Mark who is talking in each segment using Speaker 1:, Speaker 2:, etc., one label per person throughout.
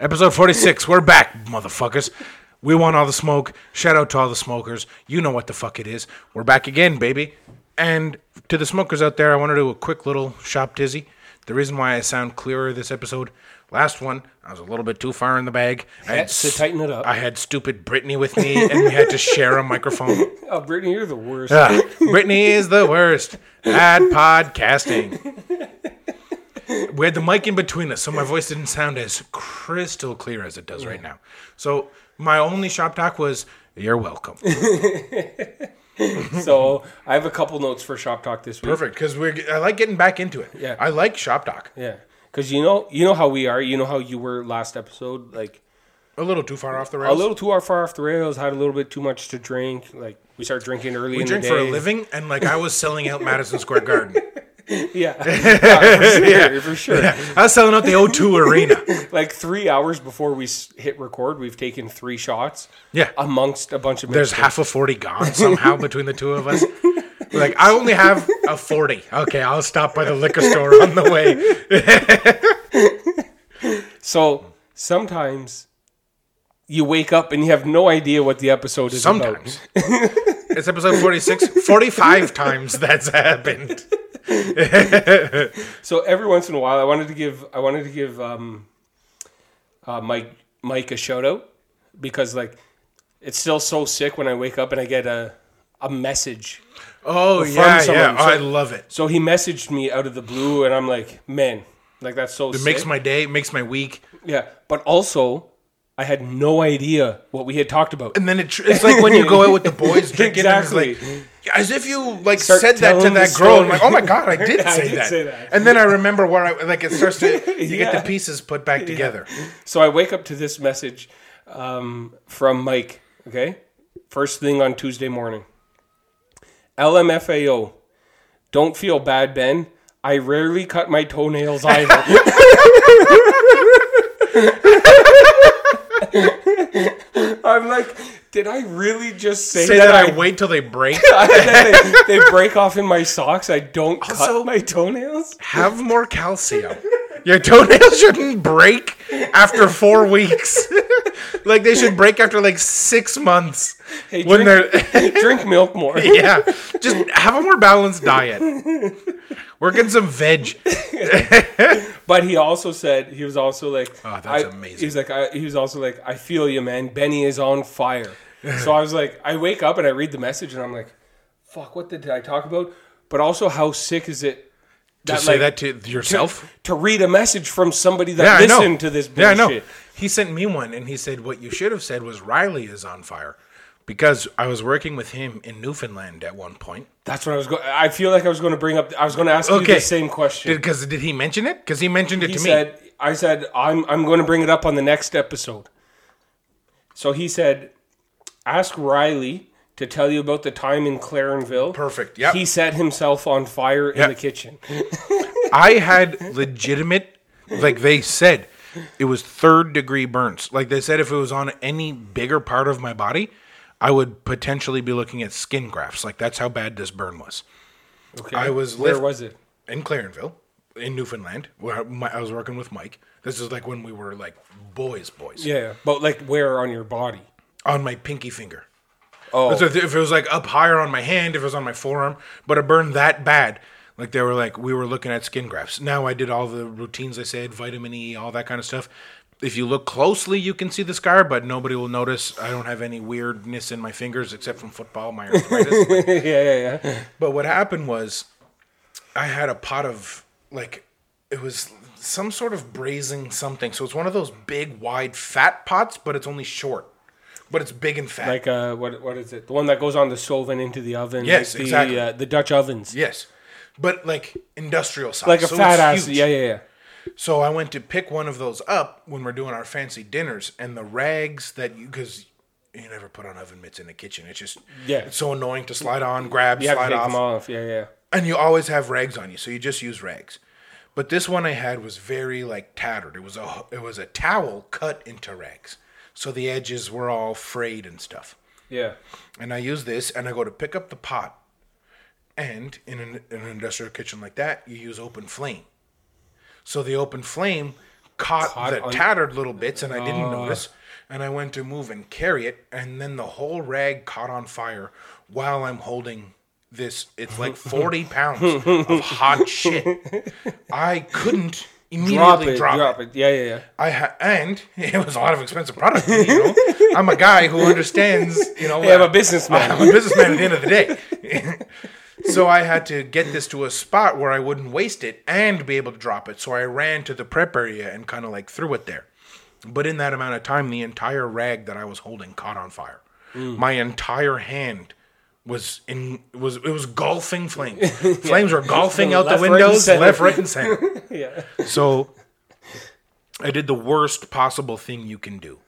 Speaker 1: Episode 46. We're back, motherfuckers. We want all the smoke. Shout out to all the smokers. You know what the fuck it is. We're back again, baby. And to the smokers out there, I want to do a quick little shop dizzy. The reason why I sound clearer this episode, last one, I was a little bit too far in the bag. I
Speaker 2: Had to
Speaker 1: s-
Speaker 2: tighten it up.
Speaker 1: I had stupid Brittany with me, and we had to share a microphone.
Speaker 2: Oh, Brittany, you're the worst.
Speaker 1: Ah, Brittany is the worst at podcasting. We had the mic in between us, so my voice didn't sound as crystal clear as it does right now. So my only shop talk was, "You're welcome."
Speaker 2: so I have a couple notes for Shop Talk this week.
Speaker 1: Perfect, because we're I like getting back into it.
Speaker 2: Yeah.
Speaker 1: I like shop talk.
Speaker 2: Yeah, because you know, you know how we are. You know how you were last episode. Like
Speaker 1: A little too far off the
Speaker 2: a
Speaker 1: rails.
Speaker 2: little too far off the rails. Had a little bit too much to drink. Like we started drinking early
Speaker 1: we
Speaker 2: in
Speaker 1: drink
Speaker 2: the
Speaker 1: for
Speaker 2: day.
Speaker 1: a living, and like I was selling out Madison Square Garden.
Speaker 2: Yeah, Yeah, for sure, for sure.
Speaker 1: I was selling out the O2 Arena.
Speaker 2: Like three hours before we s- hit record, we've taken three shots.
Speaker 1: Yeah.
Speaker 2: amongst a bunch of
Speaker 1: There's
Speaker 2: mixed-
Speaker 1: half a 40 gone somehow between the two of us. We're Like, I only have a 40. Okay, I'll stop by the liquor store on the way.
Speaker 2: So sometimes you wake up and you have no idea what the episode is about.
Speaker 1: Sometimes. It's episode 46. 45 times that's happened.
Speaker 2: So every once in a while, I wanted to give I wanted to give um, uh, Mike Mike a shout out because like it's still so sick when I wake up and I get a a message.
Speaker 1: Oh, yeah, yeah.
Speaker 2: someone,
Speaker 1: Oh,
Speaker 2: so-
Speaker 1: I love it.
Speaker 2: So he messaged me out of the blue, and I'm like, man, like that's so
Speaker 1: It
Speaker 2: sick.
Speaker 1: makes my day, it makes my week.
Speaker 2: yeah, but also I had no idea what we had talked about.
Speaker 1: And then it, tr- it's like when you go out with the boys drinking. And it's
Speaker 2: Exactly.
Speaker 1: like, as if you like
Speaker 2: Start
Speaker 1: said that to
Speaker 2: telling the
Speaker 1: that girl. I'm
Speaker 2: story.
Speaker 1: like, oh my God, I did,
Speaker 2: Yeah, I
Speaker 1: say,
Speaker 2: did
Speaker 1: that.
Speaker 2: say that.
Speaker 1: And then I remember where I, like, it starts to, you get
Speaker 2: Yeah.
Speaker 1: the pieces put back together.
Speaker 2: So I wake up to this message um, from Mike. Okay, first thing on Tuesday morning. LMFAO. Don't feel bad, Ben. I rarely cut my toenails either. I'm like, did I really just say,
Speaker 1: Say
Speaker 2: that,
Speaker 1: that I
Speaker 2: I?
Speaker 1: wait till they break.
Speaker 2: that they, they break off in my socks. I don't
Speaker 1: Also-
Speaker 2: cut my toenails.
Speaker 1: Have more calcium. Your toenails shouldn't break after four weeks. like they should break after like six months.
Speaker 2: Hey,
Speaker 1: when
Speaker 2: drink,
Speaker 1: they're
Speaker 2: drink milk more.
Speaker 1: yeah, just have a more balanced diet. Work in some veg.
Speaker 2: But he also said he was also like,
Speaker 1: Oh, that's
Speaker 2: I-
Speaker 1: amazing.
Speaker 2: He was like, I, he was also like, I feel you, man. Benny is on fire. so I was like, I wake up and I read the message and I'm like, fuck, what did I talk about? But also, how sick is it
Speaker 1: To say that to yourself.
Speaker 2: to read a message from somebody
Speaker 1: Yeah,
Speaker 2: that
Speaker 1: I know.
Speaker 2: listened to this
Speaker 1: Yeah, I
Speaker 2: bullshit?
Speaker 1: know. He sent me one, and he said, "What you should have said was Riley is on fire." Because I was working with him in Newfoundland at one point.
Speaker 2: That's what I was going. I feel like I was going to bring up. I was going to ask you
Speaker 1: Okay.
Speaker 2: the same question.
Speaker 1: Because did, he mention it? Because he mentioned it
Speaker 2: he
Speaker 1: to me.
Speaker 2: said, I said, I'm, I'm going to bring it up on the next episode. So he said, ask Riley to tell you about the time in Clarenville.
Speaker 1: Perfect, yep.
Speaker 2: He set himself on fire
Speaker 1: Yep.
Speaker 2: in the kitchen.
Speaker 1: I had legitimate, like they said, it was third degree burns. Like they said, if it was on any bigger part of my body, I would potentially be looking at skin grafts. Like that's how bad this burn was.
Speaker 2: Okay.
Speaker 1: I was
Speaker 2: Where
Speaker 1: lift-
Speaker 2: was it?
Speaker 1: In Clarenville, in Newfoundland, where I- my, I was working with Mike. This is like when we were like boys, boys.
Speaker 2: Yeah. But like where on your body?
Speaker 1: On my pinky finger.
Speaker 2: Oh.
Speaker 1: So if if it was like up higher on my hand, if it was on my forearm, but it burned that bad. Like they were like we were looking at skin grafts. Now I did all the routines I said, vitamin E, all that kind of stuff. If you look closely, you can see the scar, but nobody will notice. I don't have any weirdness in my fingers except from football, my arthritis.
Speaker 2: yeah, yeah, yeah.
Speaker 1: But what happened was, I had a pot of like, it was some sort of braising something. So it's one of those big, wide, fat pots, but it's only short, but it's big and fat.
Speaker 2: Like uh, what? What is it? The one that goes on the stove and into the oven.
Speaker 1: Yes,
Speaker 2: like the,
Speaker 1: exactly.
Speaker 2: Uh, the Dutch ovens.
Speaker 1: Yes, but like industrial size,
Speaker 2: Like a
Speaker 1: so
Speaker 2: fat
Speaker 1: it's
Speaker 2: ass.
Speaker 1: huge.
Speaker 2: Yeah, yeah, yeah.
Speaker 1: So I went to pick one of those up when we're doing our fancy dinners, and the rags that you because you never put on oven mitts in the kitchen. It's just
Speaker 2: Yeah.
Speaker 1: it's so annoying to slide on, grab,
Speaker 2: You have to
Speaker 1: slide
Speaker 2: take
Speaker 1: off,
Speaker 2: them off. Yeah, yeah.
Speaker 1: and you always have rags on you, so you just use rags. But this one I had was very like tattered. It was a it was a towel cut into rags, so the edges were all frayed and stuff
Speaker 2: Yeah.
Speaker 1: and I use this, and I go to pick up the pot. And in an, in an industrial kitchen like that, you use open flame. So the open flame caught,
Speaker 2: Caught
Speaker 1: the
Speaker 2: on- Oh.
Speaker 1: tattered little bits, and I didn't notice. And I went to move and carry it, and then the whole rag caught on fire while I'm holding this. It's like 40 pounds of hot shit. I couldn't immediately
Speaker 2: Drop it,
Speaker 1: drop it.
Speaker 2: drop it. Yeah, yeah, yeah.
Speaker 1: I ha- and it was a lot of expensive product. You know, I'm a guy who understands. You know,
Speaker 2: Hey, I'm a
Speaker 1: I'm
Speaker 2: businessman.
Speaker 1: a businessman at the end of the day. so I had to get this to a spot where I wouldn't waste it and be able to drop it. So I ran to the prep area and kind of like threw it there. But in that amount of time, the entire rag that I was holding caught on fire.
Speaker 2: Mm.
Speaker 1: My entire hand was in was it was golfing flames. Flames were golfing out the
Speaker 2: Left, right, and
Speaker 1: windows,
Speaker 2: center.
Speaker 1: left, right, and center.
Speaker 2: yeah.
Speaker 1: So I did the worst possible thing you can do.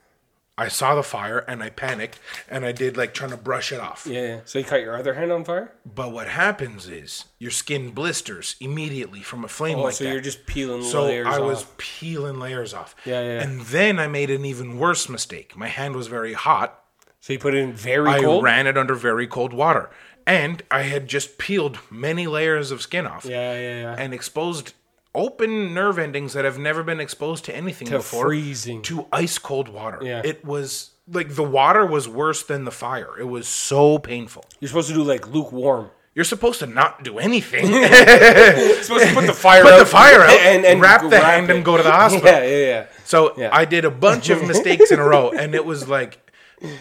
Speaker 1: I saw the fire and I panicked and I did like trying to brush it off.
Speaker 2: Yeah, yeah. So you caught your other hand on fire?
Speaker 1: But what happens is your skin blisters immediately from a flame
Speaker 2: Oh,
Speaker 1: like
Speaker 2: so
Speaker 1: that.
Speaker 2: you're just peeling
Speaker 1: so
Speaker 2: layers
Speaker 1: I
Speaker 2: off.
Speaker 1: was peeling layers off.
Speaker 2: Yeah, yeah, yeah.
Speaker 1: And then I made an even worse mistake. My hand was very hot.
Speaker 2: so you put it in very
Speaker 1: I
Speaker 2: cold?
Speaker 1: ran it under very cold water. And I had just peeled many layers of skin off
Speaker 2: yeah, yeah, yeah.
Speaker 1: and exposed open nerve endings that have never been exposed to anything before
Speaker 2: freezing.
Speaker 1: to ice cold water.
Speaker 2: Yeah.
Speaker 1: It was like the water was worse than the fire. It was so painful.
Speaker 2: You're supposed to do like lukewarm.
Speaker 1: You're supposed to not do anything.
Speaker 2: You're supposed to put the fire
Speaker 1: Put
Speaker 2: out.
Speaker 1: the fire out
Speaker 2: and, and
Speaker 1: wrap the
Speaker 2: wrap
Speaker 1: hand
Speaker 2: it.
Speaker 1: and go to the hospital.
Speaker 2: Yeah, yeah, yeah.
Speaker 1: So
Speaker 2: Yeah.
Speaker 1: I did a bunch of mistakes in a row, and it was like,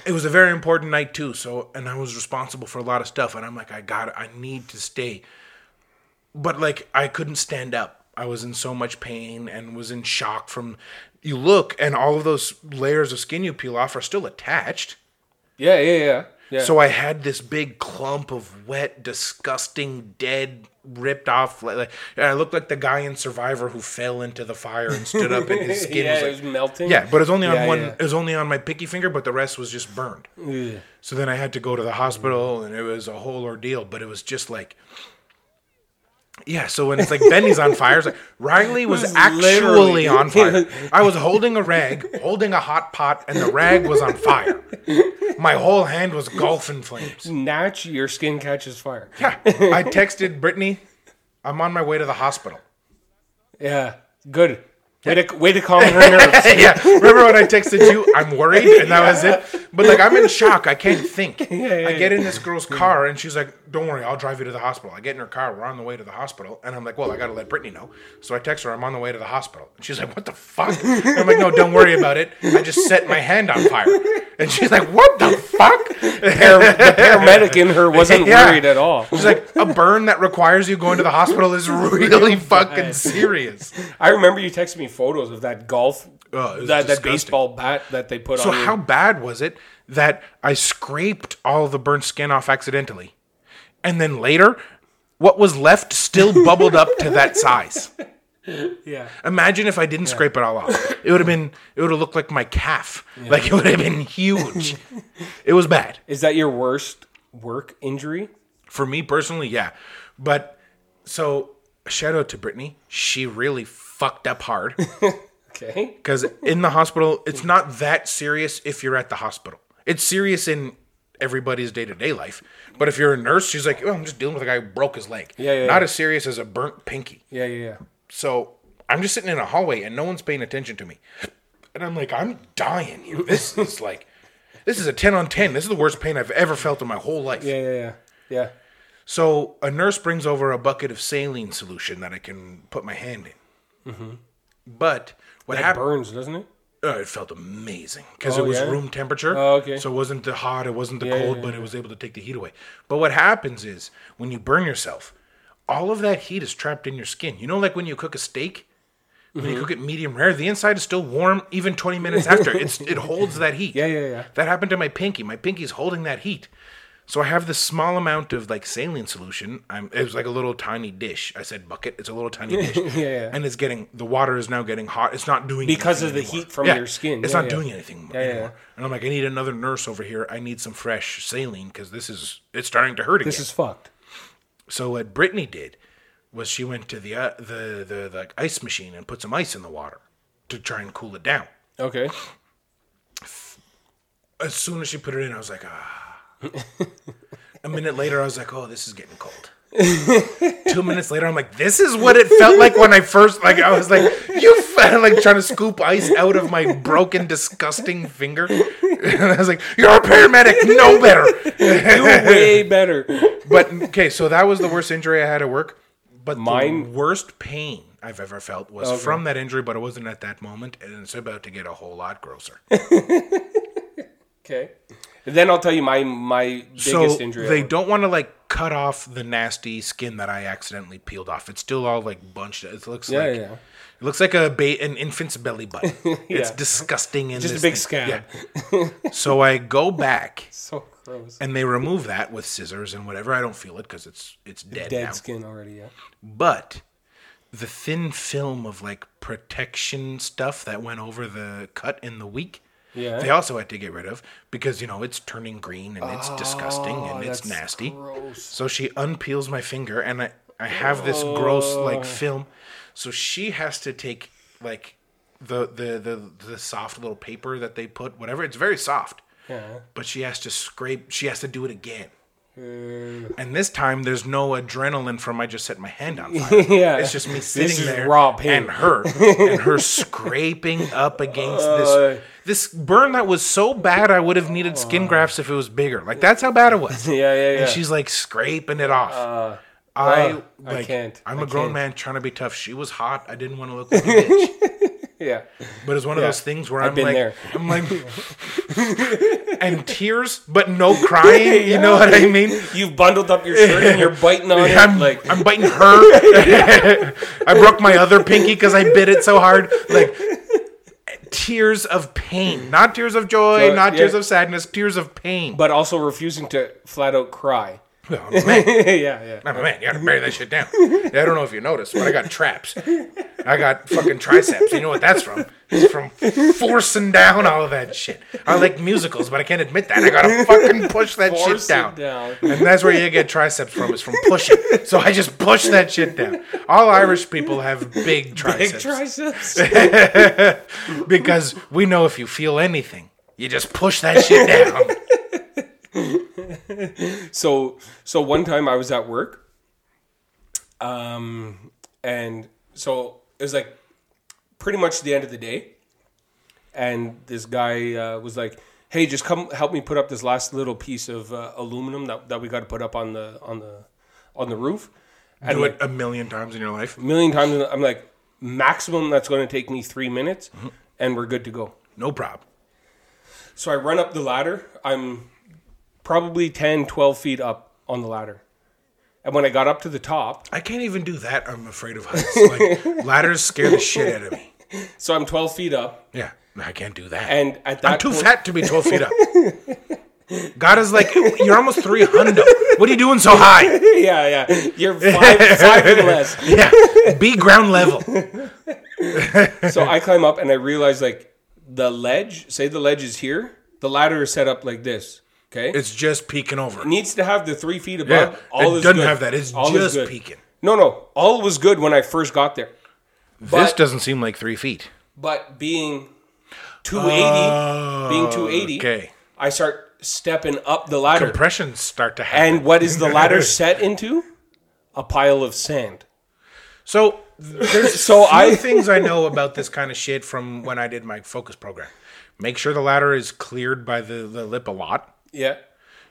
Speaker 1: it was a very important night too. So, and I was responsible for a lot of stuff, and I'm like, I got, to I need to stay, but like I couldn't stand up. I was in so much pain and was in shock from. You look, and all of those layers of skin you peel off are still attached.
Speaker 2: Yeah, yeah, yeah. Yeah.
Speaker 1: So I had this big clump of wet, disgusting, dead, ripped off. Like, like- and I looked like the guy in Survivor who fell into the fire and stood up, and his skin
Speaker 2: yeah,
Speaker 1: was
Speaker 2: it
Speaker 1: like
Speaker 2: was melting.
Speaker 1: yeah, but it was only on
Speaker 2: Yeah,
Speaker 1: one.
Speaker 2: yeah.
Speaker 1: It was only on my picky finger, but the rest was just burned.
Speaker 2: Ugh.
Speaker 1: So then I had to go to the hospital, and it was a whole ordeal. But it was just like, yeah. So when it's like Benny's on fire, it's like Riley was,
Speaker 2: was
Speaker 1: actually
Speaker 2: literally-
Speaker 1: on fire. I was holding a rag, holding a hot pot, and the rag was on fire. My whole hand was golfing flames.
Speaker 2: Natch, your skin catches fire.
Speaker 1: Yeah, I texted Brittany, "I'm on my way to the hospital."
Speaker 2: Yeah. Good. Way to, way to calm her nerves.
Speaker 1: yeah, remember when I texted you, I'm worried, and that was it. But like, I'm in shock. I can't think.
Speaker 2: yeah,
Speaker 1: I get in this girl's car, and she's like, "Don't worry, I'll drive you to the hospital." I get in her car. We're on the way to the hospital, and I'm like, "Well, I gotta let Brittany know." So I text her, "I'm on the way to the hospital," and she's like, "What the fuck?" And I'm like, "No, don't worry about it. I just set my hand on fire," and she's like, "What the fuck?"
Speaker 2: the paramedic in her wasn't
Speaker 1: Yeah.
Speaker 2: worried at all.
Speaker 1: She's like, "A burn that requires you going to the hospital is really fucking serious."
Speaker 2: I remember you texted me photos of that golf,
Speaker 1: Oh, it was
Speaker 2: that, that
Speaker 1: disgusting.
Speaker 2: baseball bat that they put
Speaker 1: So
Speaker 2: on.
Speaker 1: how bad was it that I scraped all the burnt skin off accidentally, and then later, what was left still bubbled up to that size?
Speaker 2: your- yeah.
Speaker 1: Imagine if I didn't scrape it all off. It would have been. It would have looked like my calf. Like it would have been huge. it was bad
Speaker 2: Is that your worst work injury?
Speaker 1: for me personally. Yeah, but so shout out to Brittany. She really fucked up hard.
Speaker 2: Okay.
Speaker 1: Because in the hospital, it's not that serious if you're at the hospital. It's serious in everybody's day to day life. But if you're a nurse, she's like, oh, I'm just dealing with a guy who broke his leg.
Speaker 2: Yeah, yeah,
Speaker 1: Not
Speaker 2: yeah.
Speaker 1: as serious as a burnt pinky.
Speaker 2: Yeah, yeah, yeah.
Speaker 1: So I'm just sitting in a hallway and no one's paying attention to me. And I'm like, I'm dying here. This is like, this is a 10 on 10. This is the worst pain I've ever felt in my whole life.
Speaker 2: Yeah, yeah, yeah. Yeah.
Speaker 1: So a nurse brings over a bucket of saline solution that I can put my hand in. But what
Speaker 2: Mm-hmm. That
Speaker 1: happened?
Speaker 2: burns, doesn't it?
Speaker 1: Uh, it felt amazing because
Speaker 2: Oh,
Speaker 1: it was
Speaker 2: yeah?
Speaker 1: room temperature.
Speaker 2: Oh, okay.
Speaker 1: So it wasn't the hot, it wasn't the
Speaker 2: yeah,
Speaker 1: cold, but it was able to take the heat away. But what happens is when you burn yourself, all of that heat is trapped in your skin. You know, like when you cook a steak, when
Speaker 2: Mm-hmm.
Speaker 1: you cook it medium rare, the inside is still warm even 20 minutes after. It's it holds that heat.
Speaker 2: Yeah, yeah, yeah.
Speaker 1: That happened to my pinky. My pinky's holding that heat. So I have this small amount of like saline solution. I'm, it was like a little tiny dish. I said bucket. It's a little tiny dish.
Speaker 2: yeah.
Speaker 1: And it's getting the water is now getting hot. It's not doing
Speaker 2: Because of
Speaker 1: anything
Speaker 2: the heat from your skin.
Speaker 1: It's
Speaker 2: Yeah,
Speaker 1: not
Speaker 2: yeah.
Speaker 1: doing anything
Speaker 2: yeah,
Speaker 1: anymore. And I'm like, I need another nurse over here. I need some fresh saline because this is it's starting to hurt again.
Speaker 2: This is fucked.
Speaker 1: So what Brittany did was she went to the uh, the the the ice machine and put some ice in the water to try and cool it down.
Speaker 2: Okay.
Speaker 1: As soon as she put it in, I was like, ah. A minute later, I was like, oh, this is getting cold. Two minutes later, I'm like, this is what it felt like when I first like. I was like, you. F- I'm like trying to scoop ice out of my broken, disgusting finger. And I was like, "You're a paramedic, no better."
Speaker 2: Do way better.
Speaker 1: but okay, so that was the worst injury I had at work. But the
Speaker 2: Mine-
Speaker 1: worst pain I've ever felt was from that injury, but it wasn't at that moment, and it's about to get a whole lot grosser.
Speaker 2: Okay. And then I'll tell you my my biggest
Speaker 1: so
Speaker 2: injury.
Speaker 1: they don't want to like cut off the nasty skin that I accidentally peeled off. It's still all like bunched. It looks
Speaker 2: yeah,
Speaker 1: like
Speaker 2: yeah. yeah.
Speaker 1: it looks like a ba- an infant's belly button. It's
Speaker 2: Yeah.
Speaker 1: disgusting. In
Speaker 2: Just a
Speaker 1: this
Speaker 2: big
Speaker 1: thing.
Speaker 2: scab.
Speaker 1: Yeah. so I go back
Speaker 2: So gross.
Speaker 1: and they remove that with scissors and whatever. I don't feel it because it's it's dead,
Speaker 2: Dead
Speaker 1: now.
Speaker 2: skin already. Yeah.
Speaker 1: But the thin film of like protection stuff that went over the cut in the week.
Speaker 2: Yeah.
Speaker 1: They also had to get rid of because you know it's turning green and it's disgusting and it's
Speaker 2: Oh, that's
Speaker 1: nasty.
Speaker 2: gross.
Speaker 1: So she unpeels my finger and I, I have this gross
Speaker 2: Oh.
Speaker 1: like film. So she has to take like the, the the the soft little paper that they put whatever it's very soft.
Speaker 2: Yeah.
Speaker 1: But she has to scrape she has to do it again.
Speaker 2: Uh,
Speaker 1: And this time there's no adrenaline from I just set my hand on fire.
Speaker 2: Yeah.
Speaker 1: It's just me
Speaker 2: This
Speaker 1: sitting
Speaker 2: is
Speaker 1: there
Speaker 2: raw pain.
Speaker 1: and her and her scraping up against
Speaker 2: Oh.
Speaker 1: this this burn that was so bad I would have needed skin grafts if it was bigger. Like that's how bad it was.
Speaker 2: yeah, yeah, yeah.
Speaker 1: And she's like scraping it off. I
Speaker 2: uh, I
Speaker 1: like,
Speaker 2: can't.
Speaker 1: I'm
Speaker 2: I
Speaker 1: a grown
Speaker 2: can't.
Speaker 1: man trying to be tough. She was hot. I didn't want to look like a bitch.
Speaker 2: yeah.
Speaker 1: But it's one of those things where i am
Speaker 2: been
Speaker 1: like,
Speaker 2: there.
Speaker 1: I'm like, and tears, but no crying. You know what I mean?
Speaker 2: You've bundled up your shirt and you're biting on it.
Speaker 1: I'm
Speaker 2: like
Speaker 1: I'm biting her. I broke my other pinky because I bit it so hard. Like tears of pain, not tears of joy,
Speaker 2: Joy,
Speaker 1: not
Speaker 2: yeah.
Speaker 1: tears of sadness, tears of pain.
Speaker 2: but also refusing to flat out cry.
Speaker 1: Oh, man,
Speaker 2: yeah, yeah.
Speaker 1: oh, man, you gotta bury that shit down. I don't know if you noticed, but I got traps. I got fucking triceps. You know what that's from? It's from forcing down all of that shit. I like musicals, but I can't admit that. I gotta fucking push that
Speaker 2: Force
Speaker 1: shit
Speaker 2: it
Speaker 1: down.
Speaker 2: down.
Speaker 1: And that's where you get triceps from, is from pushing. So I just push that shit down. All Irish people have big
Speaker 2: Big
Speaker 1: triceps.
Speaker 2: triceps.
Speaker 1: because we know if you feel anything, you just push that shit down.
Speaker 2: so so one time I was at work, um, and so it was like pretty much the end of the day, and this guy uh, was like, "Hey, just come help me put up this last little piece of uh, aluminum that, that we got to put up on the on the on the roof." And
Speaker 1: Do
Speaker 2: like,
Speaker 1: it a million times in your life.
Speaker 2: a million times, I'm like, maximum that's going to take me three minutes, and we're good to go.
Speaker 1: No problem.
Speaker 2: So I run up the ladder. I'm probably 10, 12 feet up on the ladder. And when I got up to the top,
Speaker 1: I can't even do that. I'm afraid of heights. Like ladders scare the shit out of me.
Speaker 2: so I'm 12 feet up.
Speaker 1: Yeah, I can't do that.
Speaker 2: And at that
Speaker 1: I'm too
Speaker 2: point,
Speaker 1: fat to be 12 feet up. God is like, you're almost 300. What are you doing so high?
Speaker 2: yeah, yeah. You're five, five and less.
Speaker 1: Yeah, be ground level.
Speaker 2: So I climb up and I realize like the ledge, say the ledge is here, the ladder is set up like this. Okay. It
Speaker 1: It's just peeking over.
Speaker 2: needs to have the three feet above.
Speaker 1: Yeah,
Speaker 2: all
Speaker 1: it
Speaker 2: is
Speaker 1: doesn't
Speaker 2: good.
Speaker 1: have that. It's
Speaker 2: All is
Speaker 1: just
Speaker 2: good.
Speaker 1: peeking.
Speaker 2: No, no. All was good when I first got there.
Speaker 1: this
Speaker 2: But-
Speaker 1: doesn't seem like three feet.
Speaker 2: But being 280, being 280,
Speaker 1: Oh, okay.
Speaker 2: I start stepping up the ladder.
Speaker 1: Compressions start to happen.
Speaker 2: and what is the ladder set into? A pile of sand.
Speaker 1: So there's
Speaker 2: So
Speaker 1: few
Speaker 2: I-
Speaker 1: things I know about this kind of shit from when I did my focus program. Make sure the ladder is cleared by the, the lip a lot.
Speaker 2: Yeah.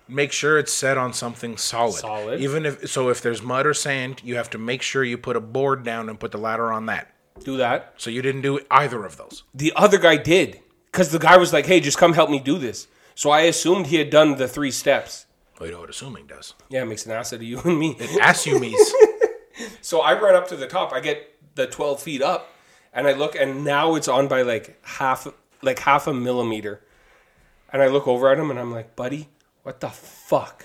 Speaker 1: Make sure it's set on something solid.
Speaker 2: Solid.
Speaker 1: Even if so if there's mud or sand, you have to make sure you put a board down and put the ladder on that.
Speaker 2: Do that.
Speaker 1: So you didn't do either of those.
Speaker 2: The other guy did because the guy was like, "Hey, just come help me do this." So I assumed he had done the three steps.
Speaker 1: Well, you know what assuming does.
Speaker 2: Yeah, it makes an ass out of you and me.
Speaker 1: Assumies.
Speaker 2: So I run up to the top. I get the twelve feet up, and I look, and now it's on by like half, like half a millimeter. And I look over at him, and I'm like, "Buddy, what the fuck?"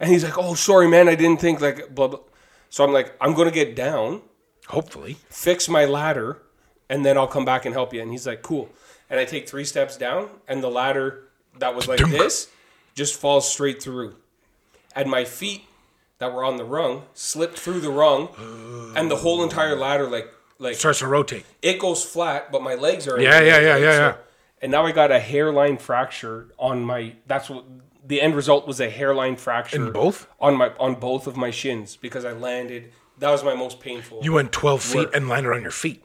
Speaker 2: And he's like, "Oh, sorry, man. I didn't think like blah blah." So I'm like, "I'm gonna get down,
Speaker 1: Hopefully.
Speaker 2: fix my ladder, and then I'll come back and help you." And he's like, "Cool." And I take three steps down, and the ladder that was like this just falls straight through, and my feet that were on the rung slipped through the rung, and the whole entire ladder like like
Speaker 1: Starts to rotate.
Speaker 2: it goes flat, but my legs are
Speaker 1: Yeah, yeah, yeah, yeah, yeah.
Speaker 2: And now I got a hairline fracture on my. That's what the end result was a hairline fracture
Speaker 1: In both?
Speaker 2: on my on both of my shins because I landed. That was my most painful.
Speaker 1: You went 12 feet and landed on your feet.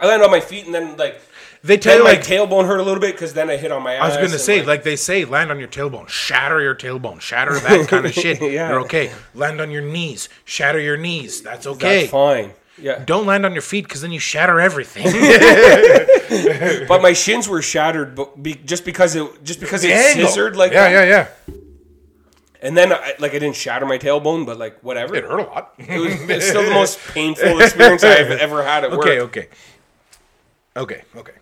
Speaker 2: I landed on my feet and then like
Speaker 1: They tell
Speaker 2: then
Speaker 1: you
Speaker 2: my
Speaker 1: like
Speaker 2: tailbone hurt a little bit because then I hit on my.
Speaker 1: I was going to
Speaker 2: to
Speaker 1: say, like, they say, land on your tailbone, shatter your tailbone, shatter that kind of shit.
Speaker 2: Yeah.
Speaker 1: You're okay. Land on your knees, shatter your knees. That's okay.
Speaker 2: that's fine. Yeah,
Speaker 1: Don't land on your feet because then you shatter everything.
Speaker 2: but my shins were shattered, but be, just because it just because it
Speaker 1: Angle.
Speaker 2: scissored like
Speaker 1: yeah,
Speaker 2: that.
Speaker 1: yeah, yeah.
Speaker 2: And then I, like I didn't shatter my tailbone, but like whatever.
Speaker 1: It hurt a lot.
Speaker 2: It was, it's still the most painful experience I've ever had at work.
Speaker 1: okay, okay, okay, okay.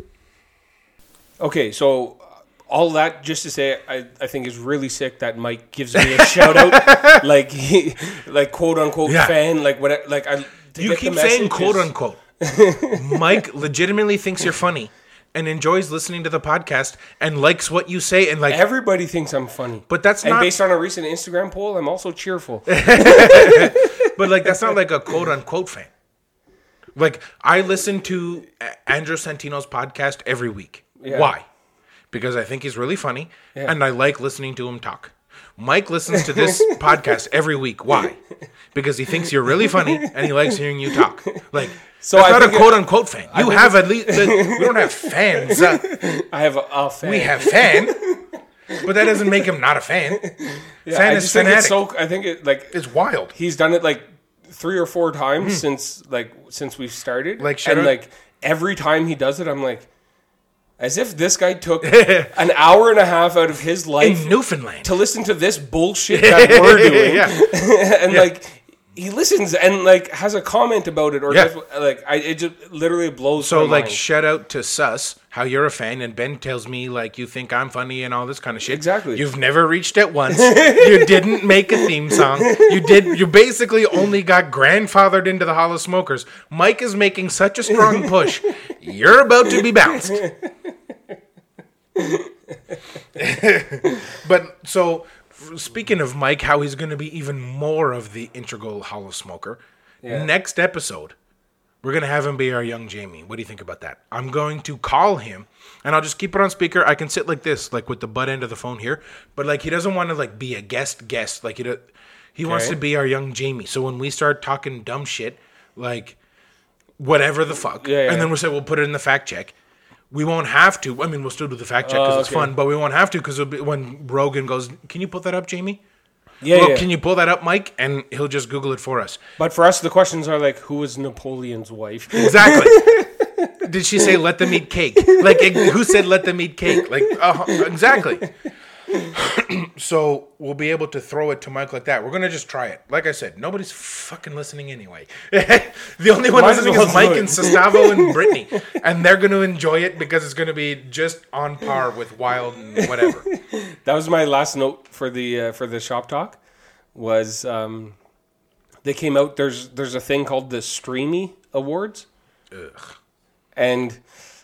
Speaker 2: Okay, so uh, all that just to say, I, I think is really sick that Mike gives me a shout out, like he, like quote unquote
Speaker 1: Yeah.
Speaker 2: fan, like what, like I. to
Speaker 1: You
Speaker 2: get the
Speaker 1: keep
Speaker 2: message
Speaker 1: saying quote
Speaker 2: is-
Speaker 1: unquote. Mike legitimately thinks you're funny and enjoys listening to the podcast and likes what you say and like.
Speaker 2: Everybody thinks I'm funny,
Speaker 1: but that's
Speaker 2: and
Speaker 1: not.
Speaker 2: based on a recent Instagram poll, I'm also cheerful.
Speaker 1: but like that's not like a quote unquote fan. Like I listen to A- Andrew Santino's podcast every week. Why? Because I think he's really funny and I like listening to him talk. Mike listens to this podcast every week. Why? Because he thinks you're really funny and he likes hearing you talk. Like so
Speaker 2: So
Speaker 1: that's
Speaker 2: I
Speaker 1: not a
Speaker 2: think it-
Speaker 1: quote unquote fan. You have at least we don't have fans. Uh,
Speaker 2: I have a, a fan.
Speaker 1: we have fan, but that doesn't make him not a fan. fan
Speaker 2: I
Speaker 1: is
Speaker 2: just think
Speaker 1: fanatic.
Speaker 2: it's
Speaker 1: It's,
Speaker 2: so. I think it like
Speaker 1: wild.
Speaker 2: he's done it like three or four times since like since we've started.
Speaker 1: Hmm. Like, shout
Speaker 2: and
Speaker 1: out-
Speaker 2: like every time he does it, I'm like, as if this guy took an hour and a half out of his life
Speaker 1: In Newfoundland.
Speaker 2: to listen to this bullshit that we're doing.
Speaker 1: yeah.
Speaker 2: and like he listens and like has a comment about it or
Speaker 1: Yeah.
Speaker 2: does- like I it just literally blows.
Speaker 1: So
Speaker 2: my
Speaker 1: like
Speaker 2: mind.
Speaker 1: shout out to Sus, how you're a fan, and Ben tells me like you think I'm funny and all this kind of shit.
Speaker 2: Exactly.
Speaker 1: You've never reached it once. you didn't make a theme song. You did you basically only got grandfathered into the Hollow Smokers. Mike is making such a strong push. You're about to be bounced. but so f- speaking of Mike, how he's gonna be even more of the integral Hollow Smoker. Next episode, we're gonna have him be our young Jamie. What do you think about that? I'm going to call him, and I'll just keep it on speaker. I can sit like this, like with the butt end of the phone here. But like he doesn't want to like be a guest guest. Like he do- he wants
Speaker 2: Okay.
Speaker 1: to be our young Jamie. So when we start talking dumb shit, like whatever the fuck,
Speaker 2: Yeah, yeah.
Speaker 1: and then we'll say we'll put it in the fact check. We won't have to. I mean, we'll still do the fact check because
Speaker 2: Oh,
Speaker 1: it's
Speaker 2: okay.
Speaker 1: fun, but we won't have to because when Rogan goes, "Can you pull that up, Jamie?"
Speaker 2: yeah,
Speaker 1: Well,
Speaker 2: yeah.
Speaker 1: can you pull that up, Mike? And he'll just Google it for us.
Speaker 2: but for us the questions are like who is Napoleon's wife?
Speaker 1: Exactly. Did she say let them eat cake? Like it- who said let them eat cake? Like uh, exactly. so we'll be able to throw it to Mike like that. We're gonna just try it. Like I said, nobody's fucking listening anyway. the only one
Speaker 2: Might as
Speaker 1: listening
Speaker 2: well
Speaker 1: is
Speaker 2: do
Speaker 1: Mike
Speaker 2: it.
Speaker 1: and Sestavo and Brittany, and they're gonna enjoy it because it's gonna be just on par with Wild and whatever.
Speaker 2: that was my last note for the uh, for the shop talk was um they came out there's there's a thing called the Streamy Awards. And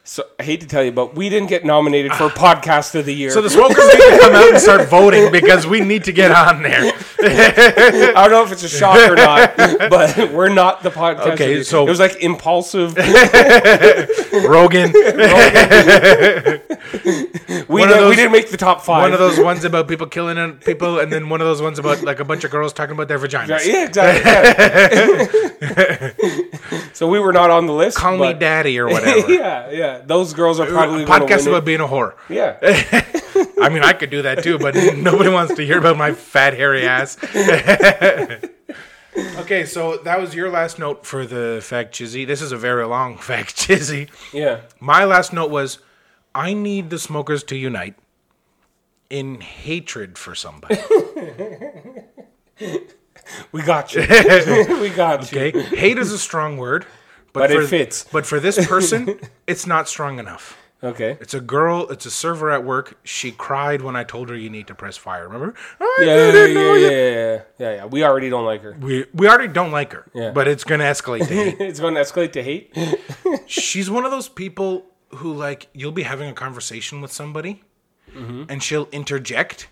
Speaker 2: so I hate to tell you, but we didn't get nominated for podcast of the year.
Speaker 1: Ah. So the smokers need to come out and start voting because we need to get on there.
Speaker 2: I don't know if it's a shock or not, but we're not the podcast.
Speaker 1: Okay,
Speaker 2: of the-
Speaker 1: so-
Speaker 2: it was like impulsive.
Speaker 1: Rogan,
Speaker 2: We,
Speaker 1: One of
Speaker 2: did,
Speaker 1: those-
Speaker 2: we didn't make the top five.
Speaker 1: one of those ones about people killing uh, people, and then one of those ones about like a bunch of girls talking about their vaginas.
Speaker 2: Yeah, exactly. yeah. so we were not on the list.
Speaker 1: Call me
Speaker 2: but-
Speaker 1: daddy or whatever.
Speaker 2: Yeah, yeah. Those girls are probably gonna
Speaker 1: Podcast
Speaker 2: win
Speaker 1: about being a whore.
Speaker 2: it. Yeah,
Speaker 1: I mean, I could do that too, but nobody wants to hear about my fat hairy ass. okay, so that was your last note for the fact chizzy. This is a very long fact chizzy.
Speaker 2: yeah.
Speaker 1: My last note was, I need the smokers to unite in hatred for somebody.
Speaker 2: We got you. we got you.
Speaker 1: Okay, hate is a strong word,
Speaker 2: But it fits.
Speaker 1: But for this person, it's not strong enough.
Speaker 2: Okay.
Speaker 1: It's a girl. It's a server at work. She cried when I told her you need to press fire. Remember? I
Speaker 2: Yeah, yeah,
Speaker 1: didn't
Speaker 2: yeah,
Speaker 1: know
Speaker 2: yeah,
Speaker 1: you-
Speaker 2: yeah, yeah, yeah. We already don't like her.
Speaker 1: We we already don't like her,
Speaker 2: Yeah.
Speaker 1: but it's gonna escalate. To hate.
Speaker 2: It's going to escalate to hate.
Speaker 1: She's one of those people who like you'll be having a conversation with somebody,
Speaker 2: Mm-hmm.
Speaker 1: and she'll interject.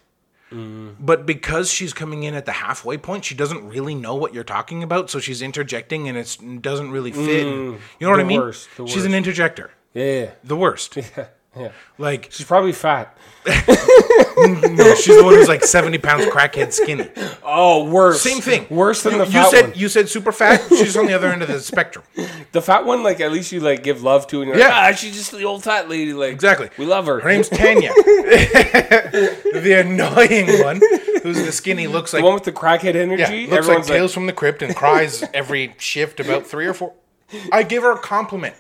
Speaker 1: But because she's coming in at the halfway point, she doesn't really know what you're talking about, so she's interjecting, and it doesn't really fit. you know what I mean?
Speaker 2: Mm, worst, the
Speaker 1: she's an interjector,
Speaker 2: Yeah.
Speaker 1: the worst.
Speaker 2: Yeah.
Speaker 1: Like,
Speaker 2: She's probably fat.
Speaker 1: no, she's the one who's like 70 pounds crackhead skinny.
Speaker 2: Oh, worse.
Speaker 1: Same thing.
Speaker 2: Worse than
Speaker 1: you,
Speaker 2: the
Speaker 1: you
Speaker 2: fat
Speaker 1: said
Speaker 2: one.
Speaker 1: you said super fat. She's on the other end of the spectrum.
Speaker 2: The fat one, like at least you like give love to, and you're
Speaker 1: Yeah.
Speaker 2: like, ah, she's just the old fat lady. Like
Speaker 1: Exactly.
Speaker 2: we love her.
Speaker 1: Her name's Tanya, the annoying one who's the skinny looks like
Speaker 2: the one with the crackhead energy.
Speaker 1: yeah, looks like
Speaker 2: Everyone's like,
Speaker 1: Tales from the Crypt and cries every shift about three or four. I give her a compliment.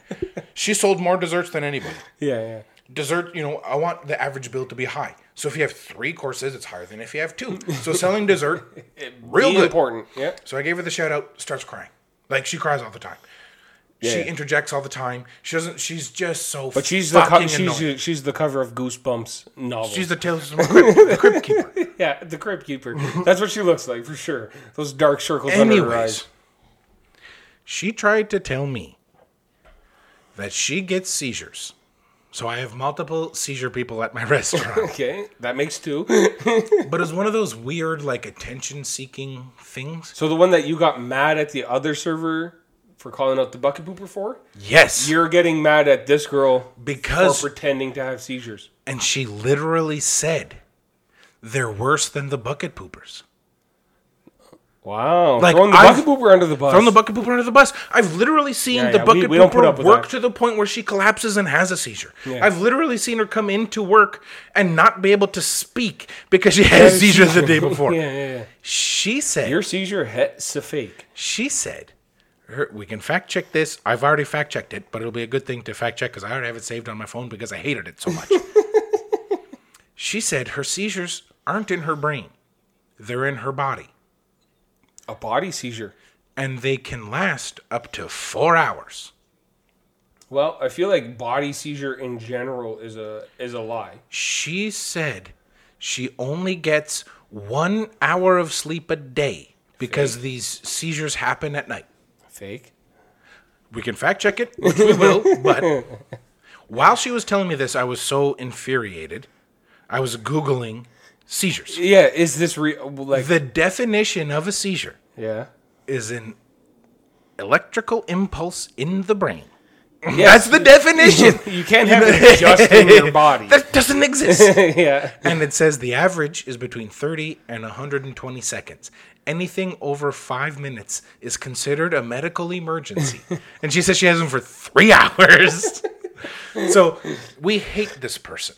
Speaker 1: She sold more desserts than anybody.
Speaker 2: yeah, yeah.
Speaker 1: Dessert, you know, I want the average bill to be high. So if you have three courses, it's higher than if you have two. So selling dessert, real
Speaker 2: Be
Speaker 1: good.
Speaker 2: important. Yeah.
Speaker 1: So I gave her the shout out. Starts crying, like she cries all the time. She
Speaker 2: Yeah.
Speaker 1: interjects all the time. She doesn't. She's just so.
Speaker 2: But she's the co-
Speaker 1: fucking
Speaker 2: she's
Speaker 1: annoying.
Speaker 2: she's the cover of Goosebumps novel.
Speaker 1: She's the Tales from the Crypt, the Crypt Keeper.
Speaker 2: yeah, the crypt keeper. That's what she looks like for sure. Those dark circles under her eyes.
Speaker 1: Anyways, she tried to tell me that she gets seizures. So I have multiple seizure people at my restaurant.
Speaker 2: Okay, that makes two.
Speaker 1: but it's one of those weird, like, attention seeking things.
Speaker 2: So the one that you got mad at the other server for calling out the bucket pooper for,
Speaker 1: Yes.
Speaker 2: you're getting mad at this girl for
Speaker 1: because,
Speaker 2: pretending to have seizures.
Speaker 1: and she literally said, they're worse than the bucket poopers.
Speaker 2: Wow,
Speaker 1: Like,
Speaker 2: throwing the
Speaker 1: I've-
Speaker 2: bucket pooper under the bus.
Speaker 1: Throwing the bucket pooper under the bus. I've literally seen
Speaker 2: Yeah,
Speaker 1: the
Speaker 2: yeah, we-
Speaker 1: bucket
Speaker 2: we don't put up
Speaker 1: pooper
Speaker 2: with
Speaker 1: work
Speaker 2: that.
Speaker 1: to the point where she collapses and has a seizure. I've literally seen her come into work and not be able to speak because she had a seizure the day before.
Speaker 2: yeah, yeah, yeah.
Speaker 1: She said.
Speaker 2: Your seizure hits a fake.
Speaker 1: she said. her- we can fact check this. I've already fact checked it, but it'll be a good thing to fact check because I already have it saved on my phone because I hated it so much. she said her seizures aren't in her brain; they're in her body,
Speaker 2: A body seizure.
Speaker 1: and they can last up to four hours.
Speaker 2: Well, I feel like body seizure in general is a is a lie.
Speaker 1: She said she only gets one hour of sleep a day because these seizures happen at night.
Speaker 2: Fake.
Speaker 1: We can fact check it, which we will, but while she was telling me this, I was so infuriated. I was Googling seizures.
Speaker 2: Yeah, is this real? Like,
Speaker 1: The definition of a seizure
Speaker 2: yeah,
Speaker 1: is an electrical impulse in the brain.
Speaker 2: Yes.
Speaker 1: That's the definition.
Speaker 2: you can't have it just in your body.
Speaker 1: That doesn't exist.
Speaker 2: yeah,
Speaker 1: and it says the average is between 30 and 120 seconds. Anything over five minutes is considered a medical emergency. and she says she has them for three hours. so we hate this person.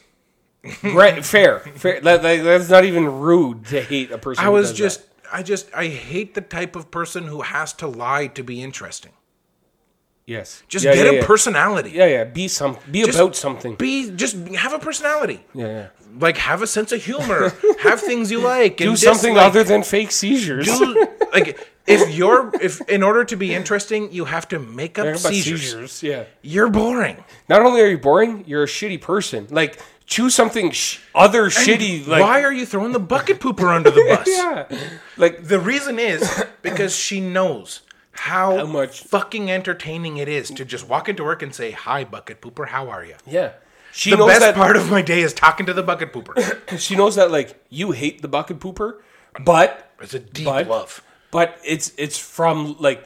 Speaker 2: right. Fair, fair. That, that- that's not even rude to hate a person.
Speaker 1: I
Speaker 2: who
Speaker 1: was
Speaker 2: does
Speaker 1: just, I just, I hate the type of person who has to lie to be interesting.
Speaker 2: that. yes.
Speaker 1: Just
Speaker 2: Yeah,
Speaker 1: get
Speaker 2: yeah,
Speaker 1: a
Speaker 2: yeah.
Speaker 1: personality.
Speaker 2: Yeah, yeah. Be some. Be
Speaker 1: Just
Speaker 2: about something.
Speaker 1: Be just have a personality.
Speaker 2: yeah, yeah.
Speaker 1: Like have a sense of humor. have things you like.
Speaker 2: Do something other than fake seizures.
Speaker 1: do like if you're if in order to be interesting you have to make up
Speaker 2: Talk about
Speaker 1: seizures.
Speaker 2: seizures. Yeah.
Speaker 1: You're boring.
Speaker 2: Not only are you boring, you're a shitty person. Like, choose something sh- other shitty. Like,
Speaker 1: Why are you throwing the bucket pooper under the bus?
Speaker 2: Yeah. Like,
Speaker 1: The reason is because she knows how,
Speaker 2: much-
Speaker 1: fucking entertaining it is to just walk into work and say, "Hi, bucket pooper, how are you?"
Speaker 2: yeah. She
Speaker 1: The
Speaker 2: knows
Speaker 1: best
Speaker 2: that
Speaker 1: part of my day is talking to the bucket pooper.
Speaker 2: she knows that like you hate the bucket pooper, but
Speaker 1: It's a deep
Speaker 2: But-
Speaker 1: love.
Speaker 2: but it's it's from like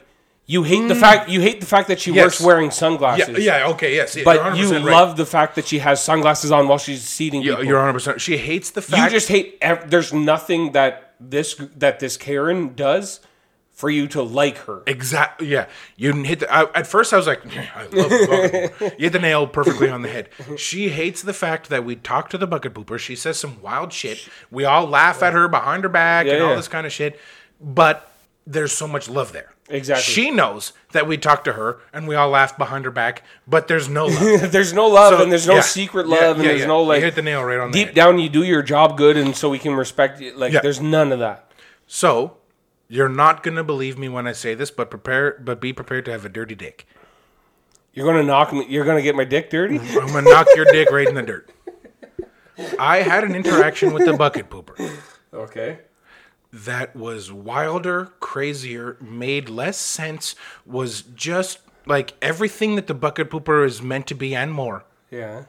Speaker 2: you hate the fact you hate the fact that she
Speaker 1: Yes.
Speaker 2: works wearing
Speaker 1: Yeah,
Speaker 2: sunglasses.
Speaker 1: yeah, okay, yes. you're
Speaker 2: But you
Speaker 1: 100% right.
Speaker 2: love the fact that she has sunglasses on while she's seating
Speaker 1: Yeah,
Speaker 2: people.
Speaker 1: You're 100%. She hates the
Speaker 2: you
Speaker 1: fact
Speaker 2: just hate. Ev- there's nothing that this that this Karen does for you to like her.
Speaker 1: Exactly. Yeah, you didn't hit the. I, at first, I was like, I love the bucket. pooper." you hit the nail perfectly on the head. She hates the fact that we talk to the bucket pooper. She says some wild shit. We all laugh at her behind her back and all
Speaker 2: yeah.
Speaker 1: this kind of shit. But there's so much love there.
Speaker 2: Exactly.
Speaker 1: She knows that we talk to her and we all laugh behind her back, but there's no love.
Speaker 2: There's no love
Speaker 1: So,
Speaker 2: and there's no
Speaker 1: yeah,
Speaker 2: secret
Speaker 1: yeah,
Speaker 2: love and
Speaker 1: yeah,
Speaker 2: there's
Speaker 1: yeah.
Speaker 2: no like
Speaker 1: You hit the nail right on the
Speaker 2: deep
Speaker 1: head.
Speaker 2: down you do your job good and so we can respect you. Like
Speaker 1: Yeah.
Speaker 2: there's none of that.
Speaker 1: So, you're not gonna believe me when I say this, but prepare, but be prepared to have a dirty dick.
Speaker 2: You're gonna knock me. You're gonna get my dick dirty.
Speaker 1: I'm gonna knock your dick right in the dirt. I had an interaction with the bucket pooper
Speaker 2: Okay.
Speaker 1: that was wilder, crazier, made less sense, was just like everything that the bucket pooper is meant to be and more.
Speaker 2: Yeah.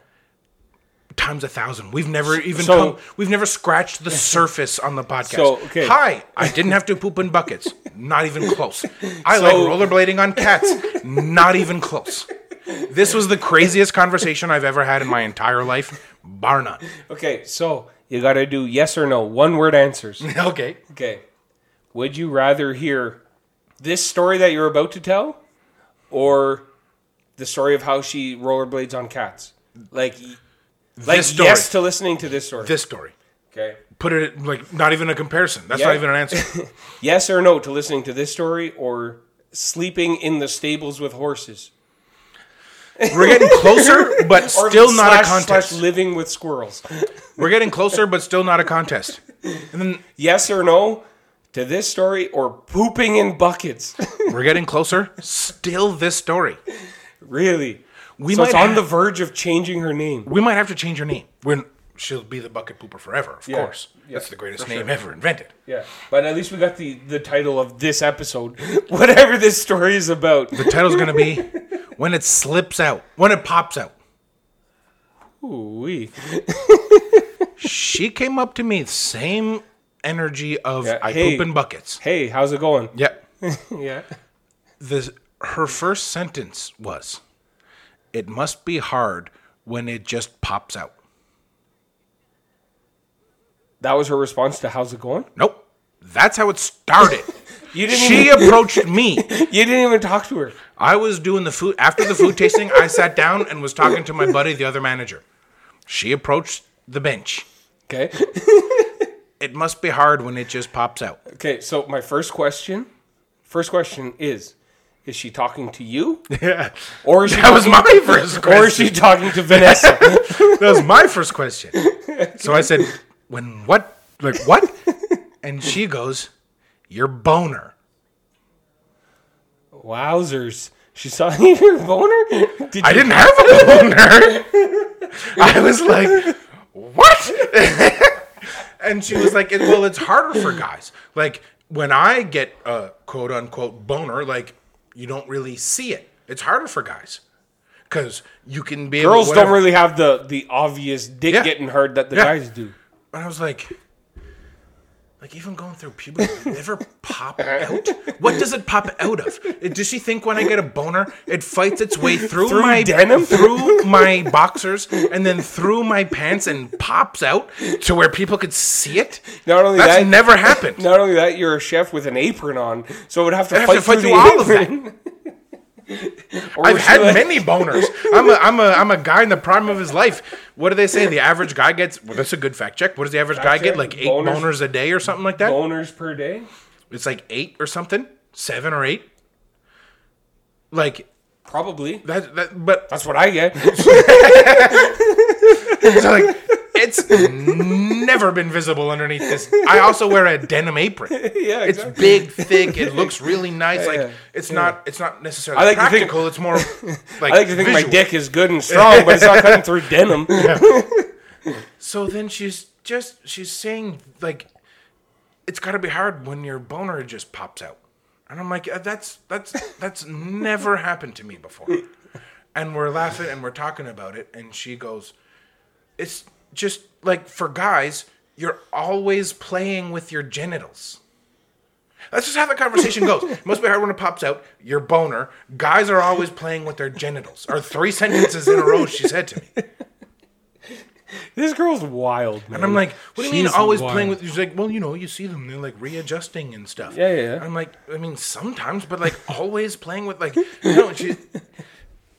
Speaker 1: Times a thousand. We've never even
Speaker 2: So-
Speaker 1: come. We've never scratched the surface on the podcast.
Speaker 2: So, okay.
Speaker 1: Hi, I didn't have to poop in buckets. Not even close. I like rollerblading on cats. Not even close. This was the craziest conversation I've ever had in my entire life, bar none.
Speaker 2: Okay, so you got to do yes or no, one word answers.
Speaker 1: Okay.
Speaker 2: Okay. Would you rather hear this story that you're about to tell or the story of how she rollerblades on cats? Like, like
Speaker 1: story.
Speaker 2: yes to listening to this story.
Speaker 1: This story.
Speaker 2: okay.
Speaker 1: Put it like not even a comparison. That's
Speaker 2: Yeah.
Speaker 1: not even an answer.
Speaker 2: Yes or no to listening to this story or sleeping in the stables with horses.
Speaker 1: We're getting closer, but
Speaker 2: Or
Speaker 1: still not a
Speaker 2: slash-
Speaker 1: contest.
Speaker 2: Slash living with squirrels.
Speaker 1: We're getting closer, but still not a contest. And then
Speaker 2: Yes or no to this story or pooping in buckets.
Speaker 1: we're getting closer. Still this story.
Speaker 2: really?
Speaker 1: We
Speaker 2: so
Speaker 1: might
Speaker 2: it's on
Speaker 1: have-
Speaker 2: the verge of changing her name.
Speaker 1: We might have to change her name. When she'll be the bucket pooper forever, of
Speaker 2: Yeah.
Speaker 1: course.
Speaker 2: Yeah,
Speaker 1: That's the greatest name ever invented.
Speaker 2: Yeah, but at least we got the the title of this episode, whatever this story is about.
Speaker 1: The title's gonna be when it slips out, when it pops out.
Speaker 2: Ooh-wee.
Speaker 1: She came up to me, same energy of
Speaker 2: Yeah,
Speaker 1: I
Speaker 2: hey.
Speaker 1: poop in buckets.
Speaker 2: Hey, how's it going?
Speaker 1: Yep.
Speaker 2: yeah.
Speaker 1: the her first sentence was, "It must be hard when it just pops out."
Speaker 2: That was her response to how's it going?
Speaker 1: Nope, that's how it started.
Speaker 2: You didn't
Speaker 1: she
Speaker 2: even,
Speaker 1: approached me.
Speaker 2: you didn't even talk to her.
Speaker 1: I was doing the food after the food tasting. I sat down and was talking to my buddy, the other manager. She approached the bench.
Speaker 2: Okay.
Speaker 1: It must be hard when it just pops out.
Speaker 2: Okay, so my first question, first question is is she talking to you?
Speaker 1: Yeah,
Speaker 2: Or is she
Speaker 1: that was
Speaker 2: talking-
Speaker 1: my first question.
Speaker 2: Or is she talking to Vanessa?
Speaker 1: That was my first question. So I said, "When what? Like what?" And she goes, "Your boner."
Speaker 2: Wowzers. She's talking to your boner? Did
Speaker 1: I didn't have a boner. I was like, "What?" and she was like, "It- "Well, it's harder for guys. Like when I get a quote unquote boner, like you don't really see it. It's harder for guys because you can be able-
Speaker 2: Girls don't
Speaker 1: whatever.
Speaker 2: really have the, the obvious dick
Speaker 1: Yeah.
Speaker 2: getting hard that the
Speaker 1: Yeah.
Speaker 2: guys do.
Speaker 1: And I was like, like even going through puberty, it never pop out. What does it pop out of? It- Does she think when I get a boner, it fights its way through,
Speaker 2: Through
Speaker 1: my
Speaker 2: denim?
Speaker 1: through my boxers, and then through my pants and pops out to where people could see it?
Speaker 2: Not only
Speaker 1: That's
Speaker 2: that,
Speaker 1: never happened.
Speaker 2: Not only that, you're a chef with an apron on, so it would have to,
Speaker 1: have
Speaker 2: fight,
Speaker 1: to fight
Speaker 2: through,
Speaker 1: through all of
Speaker 2: the apron. or
Speaker 1: I've
Speaker 2: would she
Speaker 1: had
Speaker 2: let-
Speaker 1: many boners. I'm a, I'm a I'm a guy in the prime of his life. What do they say? The average guy gets. Well, that's a good fact check. What does the average guy
Speaker 2: check.
Speaker 1: get? Like eight
Speaker 2: Boners-
Speaker 1: boners a day or something like that.
Speaker 2: boners per day.
Speaker 1: It's like eight or something, seven or eight. Like
Speaker 2: Probably.
Speaker 1: that, that but
Speaker 2: That's what I get.
Speaker 1: it's like it's never been visible underneath this. I also wear a denim apron.
Speaker 2: yeah,
Speaker 1: It's
Speaker 2: exactly.
Speaker 1: big, thick. It looks really nice. Like
Speaker 2: yeah,
Speaker 1: it's not, it's not necessarily
Speaker 2: I like to think-
Speaker 1: practical. it's more like
Speaker 2: I like to think my
Speaker 1: visual.
Speaker 2: dick is good and strong, but it's not cutting through denim.
Speaker 1: So then she's just she's saying like, it's got to be hard when your boner just pops out, and I'm like, "Uh, that's that's that's never happened to me before, and we're laughing and we're talking about it, and she goes, it's just like for guys, you're always playing with your genitals. That's just how the conversation goes. Must be hard when it pops out. Your boner. Guys are always playing with their genitals. Are three sentences in a row she said to me.
Speaker 2: This girl's wild, man.
Speaker 1: And I'm like, what do you mean
Speaker 2: She's
Speaker 1: always
Speaker 2: wild.
Speaker 1: playing with? She's like, well, you know, you see them, they're like readjusting and stuff.
Speaker 2: Yeah, yeah, yeah.
Speaker 1: I'm like, I mean, sometimes, but like always playing with, like, you know, she.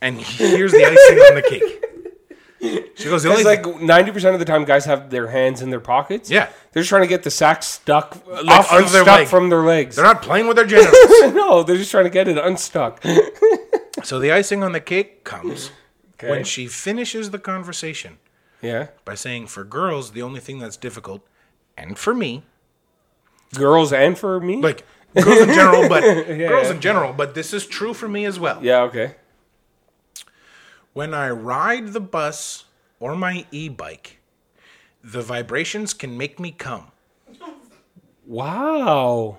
Speaker 1: And here's the icing on the cake. She goes, the only
Speaker 2: It's like ninety percent of the time, guys have their hands in their pockets.
Speaker 1: Yeah.
Speaker 2: they're just trying to get the sack stuck, uh, like
Speaker 1: Off of their
Speaker 2: unstuck
Speaker 1: leg.
Speaker 2: from their legs.
Speaker 1: they're not playing with their genitals.
Speaker 2: no, they're just trying to get it unstuck.
Speaker 1: so the icing on the cake comes
Speaker 2: Okay.
Speaker 1: when she finishes the conversation
Speaker 2: yeah,
Speaker 1: by saying, for girls, the only thing that's difficult, and for me,
Speaker 2: girls and for me.
Speaker 1: like girls in general, but girls
Speaker 2: yeah.
Speaker 1: in general, but this is true for me as well.
Speaker 2: yeah, okay.
Speaker 1: When I ride the bus or my e bike, the vibrations can make me come.
Speaker 2: Wow.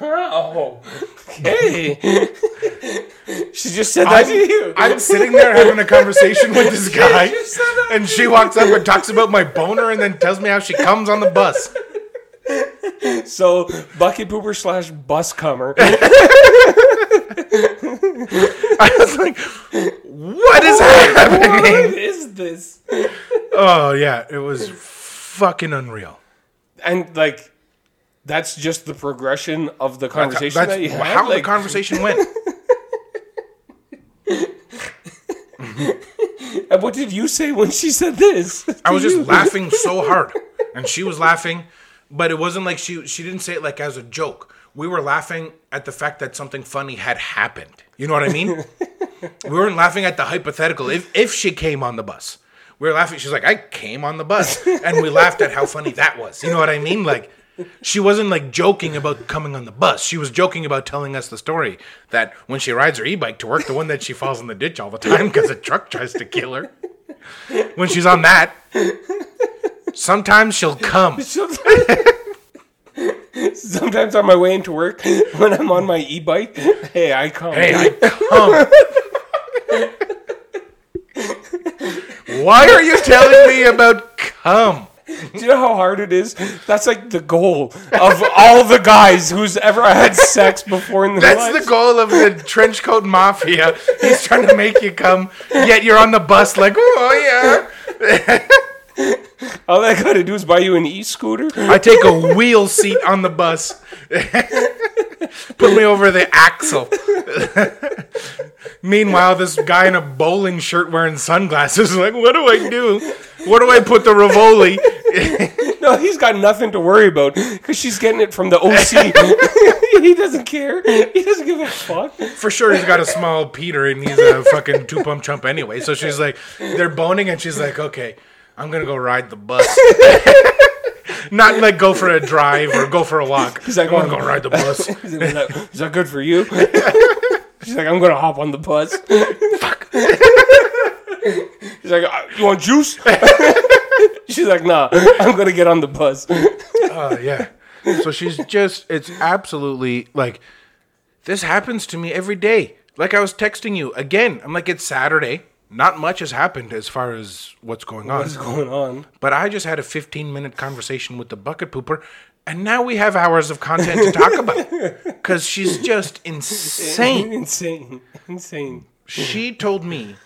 Speaker 2: Wow. Okay. she just said that to you.
Speaker 1: I'm sitting there having a conversation with this guy,
Speaker 2: just said that
Speaker 1: and she walks up and talks about my boner and then tells me how she comes on the bus.
Speaker 2: So bucket pooper slash bus comer.
Speaker 1: I was like, what is happening?
Speaker 2: what is this?
Speaker 1: Oh yeah, it was fucking unreal.
Speaker 2: And like, that's just the progression of the conversation
Speaker 1: That's
Speaker 2: that you had.
Speaker 1: how the
Speaker 2: like,
Speaker 1: conversation went.
Speaker 2: and what did you say when she said this?
Speaker 1: I was just laughing so hard, and she was laughing, but it wasn't like she she didn't say it like as a joke. We were laughing at the fact that something funny had happened. You know what I mean? we weren't laughing at the hypothetical if if she came on the bus. We were laughing. She's like, I came on the bus, and we laughed at how funny that was. You know what I mean? Like. She wasn't like joking about coming on the bus. She was joking about telling us the story that when she rides her e-bike to work, the one that she falls in the ditch all the time because a truck tries to kill her. When she's on that, Sometimes she'll come.
Speaker 2: Sometimes, sometimes on my way into work, when I'm on my e-bike, hey, I come.
Speaker 1: Hey, I come. Why are you telling me about come?
Speaker 2: Do you know how hard it is? That's like the goal of all the guys who's ever had sex before in their
Speaker 1: That's
Speaker 2: lives.
Speaker 1: the goal of the trench coat mafia. He's trying to make you come, yet you're on the bus like, oh yeah.
Speaker 2: all I gotta do is buy you an e-scooter.
Speaker 1: I take a wheel seat on the bus. Put me over the axle. Meanwhile, this guy in a bowling shirt wearing sunglasses is like, what do I do? Where do I put the Rivoli?
Speaker 2: No, he's got nothing to worry about because she's getting it from the OC. he doesn't care. He doesn't give a fuck.
Speaker 1: For sure, he's got a small Peter and he's a fucking two pump chump anyway. So she's like, they're boning and she's like, okay, I'm going to go ride the bus. Not like go for a drive or go for a walk.
Speaker 2: He's like,
Speaker 1: I'm going
Speaker 2: "Oh."
Speaker 1: to go ride the bus.
Speaker 2: He's like, Is that good for you? She's like, I'm gonna hop on the bus. Fuck. He's like, "Uh, you want juice? She's like, nah, I'm gonna get on the bus.
Speaker 1: Oh yeah. So she's just it's absolutely like this happens to me every day. Like I was texting you again. I'm like it's Saturday. Not much has happened as far as what's going on.
Speaker 2: What's going on?
Speaker 1: But I just had a 15 minute conversation with the bucket pooper and now we have hours of content to talk about cuz she's just insane.
Speaker 2: Insane. Insane.
Speaker 1: She told me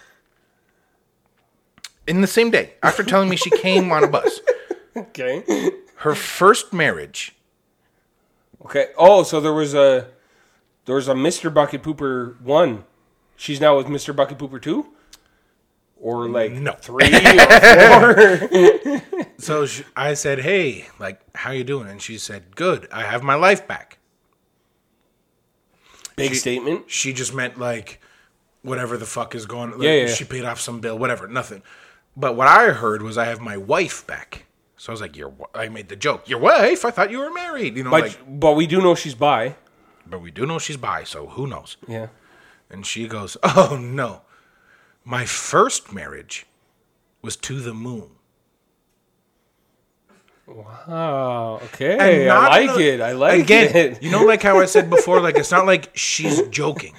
Speaker 1: in the same day after telling me she came on a bus.
Speaker 2: Okay.
Speaker 1: Her first marriage
Speaker 2: Okay. Oh, so there was a there was a Mr. Bucket Pooper one. She's now with Mr. Bucket Pooper two? Or like
Speaker 1: No.
Speaker 2: three or four.
Speaker 1: So sh I said, "Hey, like, how you doing?" And she said, "Good. I have my life back."
Speaker 2: Big statement.
Speaker 1: She just meant like whatever the fuck is going. Like,
Speaker 2: Yeah, yeah, yeah.
Speaker 1: She paid off some bill, whatever, nothing. But what I heard was, "I have my wife back." So I was like, "Your," wi-" I made the joke. Your wife? I thought you were married. You know,
Speaker 2: But
Speaker 1: like,
Speaker 2: but we do know she's bi.
Speaker 1: but we do know she's bi, so who knows?
Speaker 2: Yeah.
Speaker 1: And she goes, "Oh no, my first marriage was to the moon."
Speaker 2: Oh, okay.
Speaker 1: And
Speaker 2: I
Speaker 1: not in
Speaker 2: like
Speaker 1: a-
Speaker 2: it. I like
Speaker 1: again,
Speaker 2: it.
Speaker 1: you know, like how I said before, like it's not like she's joking.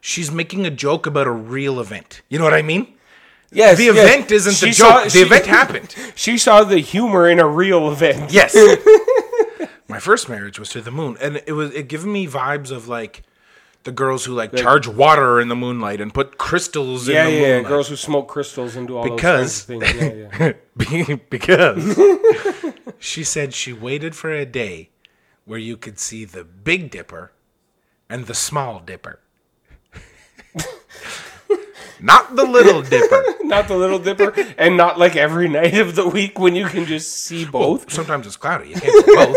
Speaker 1: She's making a joke about a real event. You know what I mean?
Speaker 2: Yes,
Speaker 1: The
Speaker 2: yes.
Speaker 1: event isn't the
Speaker 2: She
Speaker 1: joke.
Speaker 2: saw-
Speaker 1: the
Speaker 2: she-
Speaker 1: event happened.
Speaker 2: She saw the humor in a real event.
Speaker 1: Yes. My first marriage was to the moon, and it was it given me vibes of like the girls who like, charge water in the moonlight and put crystals
Speaker 2: Yeah,
Speaker 1: in the
Speaker 2: yeah, yeah.
Speaker 1: moonlight.
Speaker 2: Girls who smoke crystals and do all
Speaker 1: Because-
Speaker 2: those kinds of things. Yeah, yeah.
Speaker 1: Be- because she said she waited for a day where you could see the Big Dipper and the Small Dipper. Not the Little Dipper.
Speaker 2: not the Little Dipper, and not like every night of the week when you can just see both.
Speaker 1: Sometimes it's cloudy. You can't see both.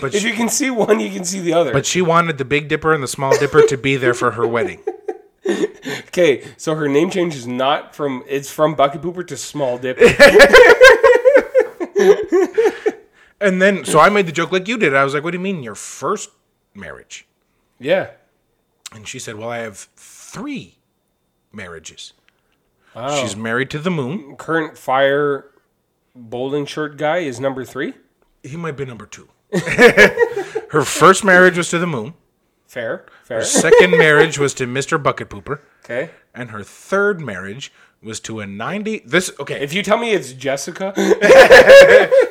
Speaker 1: But
Speaker 2: If
Speaker 1: she,
Speaker 2: you can see one, you can see the other.
Speaker 1: but she wanted the Big Dipper and the Small Dipper to be there for her wedding.
Speaker 2: okay, so her name change is not from it's from Bucket Pooper to Small Dipper.
Speaker 1: And then, so I made the joke like you did. I was like, what do you mean your first marriage?
Speaker 2: yeah.
Speaker 1: And she said, well, I have three marriages.
Speaker 2: Wow.
Speaker 1: She's married to the moon.
Speaker 2: Current fire bowling shirt guy is number three.
Speaker 1: he might be number two. Her first marriage was to the moon.
Speaker 2: Fair, fair.
Speaker 1: Second marriage was to Mr. Bucket Pooper,
Speaker 2: Okay.
Speaker 1: and her third marriage was to a 90. This, okay,
Speaker 2: If you tell me it's Jessica,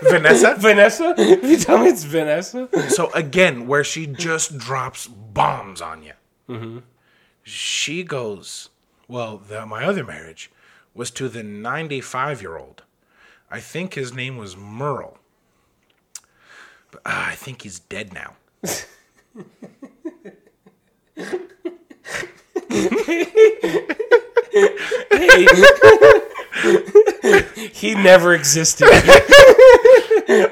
Speaker 1: Vanessa.
Speaker 2: Vanessa, if you tell me it's Vanessa,
Speaker 1: so again, where she just drops bombs on you. She goes, Well, the, my other marriage was to the 95 year old. I think his name was Merle. But ah, I think he's dead now.
Speaker 2: hey. he never existed.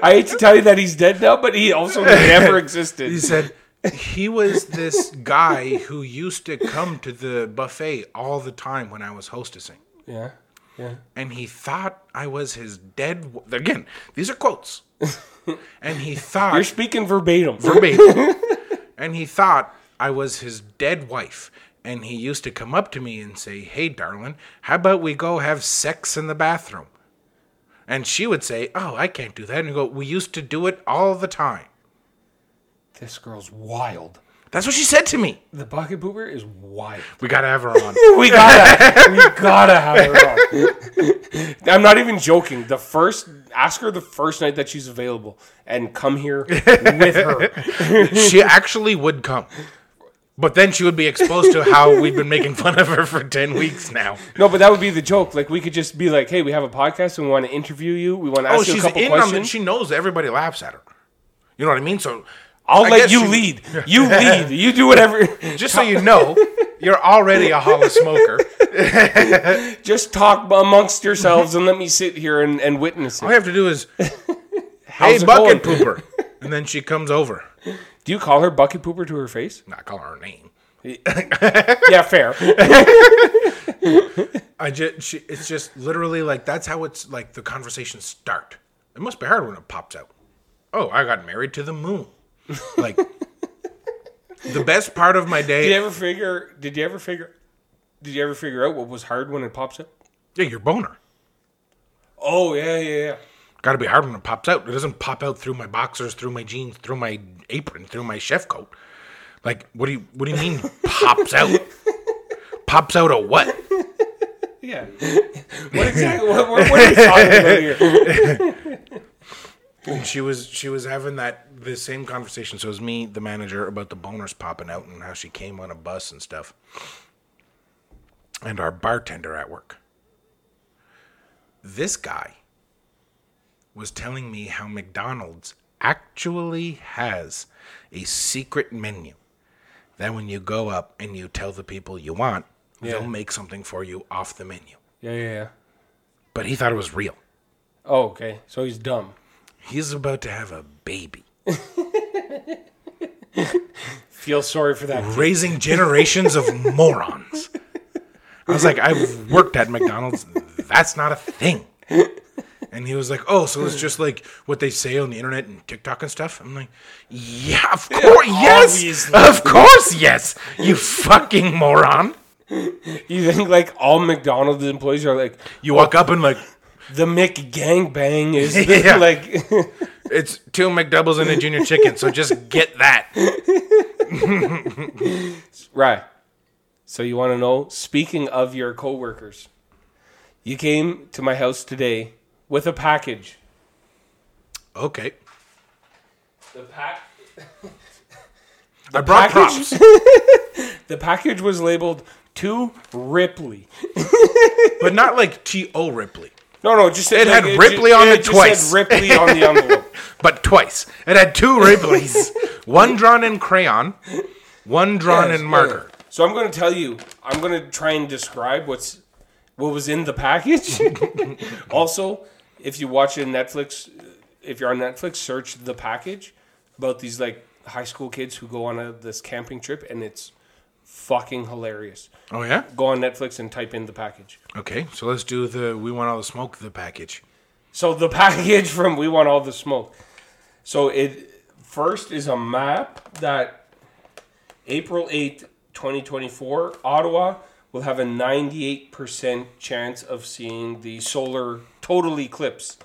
Speaker 2: I hate to tell you that he's dead now, but he also never existed.
Speaker 1: He said, He was this guy who used to come to the buffet all the time when I was hostessing.
Speaker 2: yeah, yeah.
Speaker 1: and he thought I was his dead. W- Again, these are quotes. and he
Speaker 2: You're
Speaker 1: thought
Speaker 2: speaking verbatim.
Speaker 1: for me. and he thought I was his dead wife. And he used to come up to me and say, "Hey, darling, how about we go have sex in the bathroom?" And she would say, "Oh, I can't do that." And he'd go, "We used to do it all the time."
Speaker 2: This girl's wild.
Speaker 1: That's what she said to me.
Speaker 2: The pocket pooper is wild.
Speaker 1: We gotta have her on.
Speaker 2: We gotta, we gotta have her on. I'm not even joking. The first, ask her the first night that she's available, and come here with her.
Speaker 1: she actually would come. But then she would be exposed to how we've been making fun of her for 10 weeks now.
Speaker 2: No, but that would be the joke. Like we could just be like, "Hey, we have a podcast, and we want to interview you. We want to ask
Speaker 1: Oh,
Speaker 2: you a
Speaker 1: she's
Speaker 2: couple
Speaker 1: in on it.
Speaker 2: questions."
Speaker 1: She knows everybody laughs at her. You know what I mean? So
Speaker 2: I'll
Speaker 1: I
Speaker 2: let
Speaker 1: guess
Speaker 2: you
Speaker 1: she-
Speaker 2: lead. You lead. You do whatever.
Speaker 1: just so you know, you're already a hollow smoker.
Speaker 2: Just talk amongst yourselves and let me sit here and, and witness
Speaker 1: All
Speaker 2: it.
Speaker 1: you have to do is, hey,
Speaker 2: it
Speaker 1: bucket
Speaker 2: going?"
Speaker 1: pooper, and then she comes over.
Speaker 2: Do you call her bucket pooper to her face?
Speaker 1: Not call her name.
Speaker 2: Yeah, fair.
Speaker 1: I just, she, it's just literally like that's how it's like the conversations start. It must be hard when it pops out. Oh, I got married to the moon. Like the best part of my day.
Speaker 2: Did you ever figure? Did you ever figure? Did you ever figure out what was hard when it pops up?
Speaker 1: yeah, your boner.
Speaker 2: Oh yeah, yeah, yeah.
Speaker 1: Got to be hard when it pops out. It doesn't pop out through my boxers, through my jeans, through my apron, through my chef coat. Like, what do you what do you mean pops out? pops out of what?
Speaker 2: Yeah. What exactly? What, what, what are we talking about here?
Speaker 1: And she was she was having that the same conversation. So it was me, the manager, about the boners popping out and how she came on a bus and stuff. And our bartender at work. This guy was telling me how McDonald's actually has a secret menu that when you go up and you tell the people you want, they'll make something for you off the menu.
Speaker 2: Yeah, yeah, yeah.
Speaker 1: But he thought it was real.
Speaker 2: Oh, okay. So he's dumb.
Speaker 1: He's about to have a baby.
Speaker 2: Feel sorry for that.
Speaker 1: raising generations of morons. I was like, I've worked at McDonald's. That's not a thing. And he was like, Oh, so it's just like what they say on the internet and TikTok and stuff. I'm like, Yeah, of course, yes,
Speaker 2: obviously.
Speaker 1: of course, yes. You fucking moron.
Speaker 2: You think like all McDonald's employees are like
Speaker 1: You walk up and like,
Speaker 2: the Mick Gang Bang is the-
Speaker 1: Yeah.
Speaker 2: like
Speaker 1: it's two McDoubles and a junior chicken. So just get that.
Speaker 2: right. So you want to know? Speaking of your coworkers, you came to my house today with a package.
Speaker 1: Okay,
Speaker 2: The pack.
Speaker 1: I brought
Speaker 2: package?
Speaker 1: props,
Speaker 2: The package was labeled to Ripley.
Speaker 1: but not like T O Ripley,
Speaker 2: No, no, just it
Speaker 1: had Ripley on it
Speaker 2: just
Speaker 1: twice.
Speaker 2: Said Ripley on the envelope.
Speaker 1: but twice. It had two Ripleys, one drawn in crayon, one drawn
Speaker 2: Yes,
Speaker 1: in
Speaker 2: yeah.
Speaker 1: marker.
Speaker 2: So I'm going to tell you. I'm going to try and describe what's what was in the package. also, if you watch it on Netflix, if you're on Netflix, search the package about these like high school kids who go on a, this camping trip, and it's fucking hilarious.
Speaker 1: Oh yeah.
Speaker 2: Go on Netflix and type in the package.
Speaker 1: Okay, so let's do the we want all the smoke the package.
Speaker 2: So the package from We Want All the Smoke. So it first is a map that April 8th, 2024, Ottawa will have a 98% chance of seeing the solar total eclipse.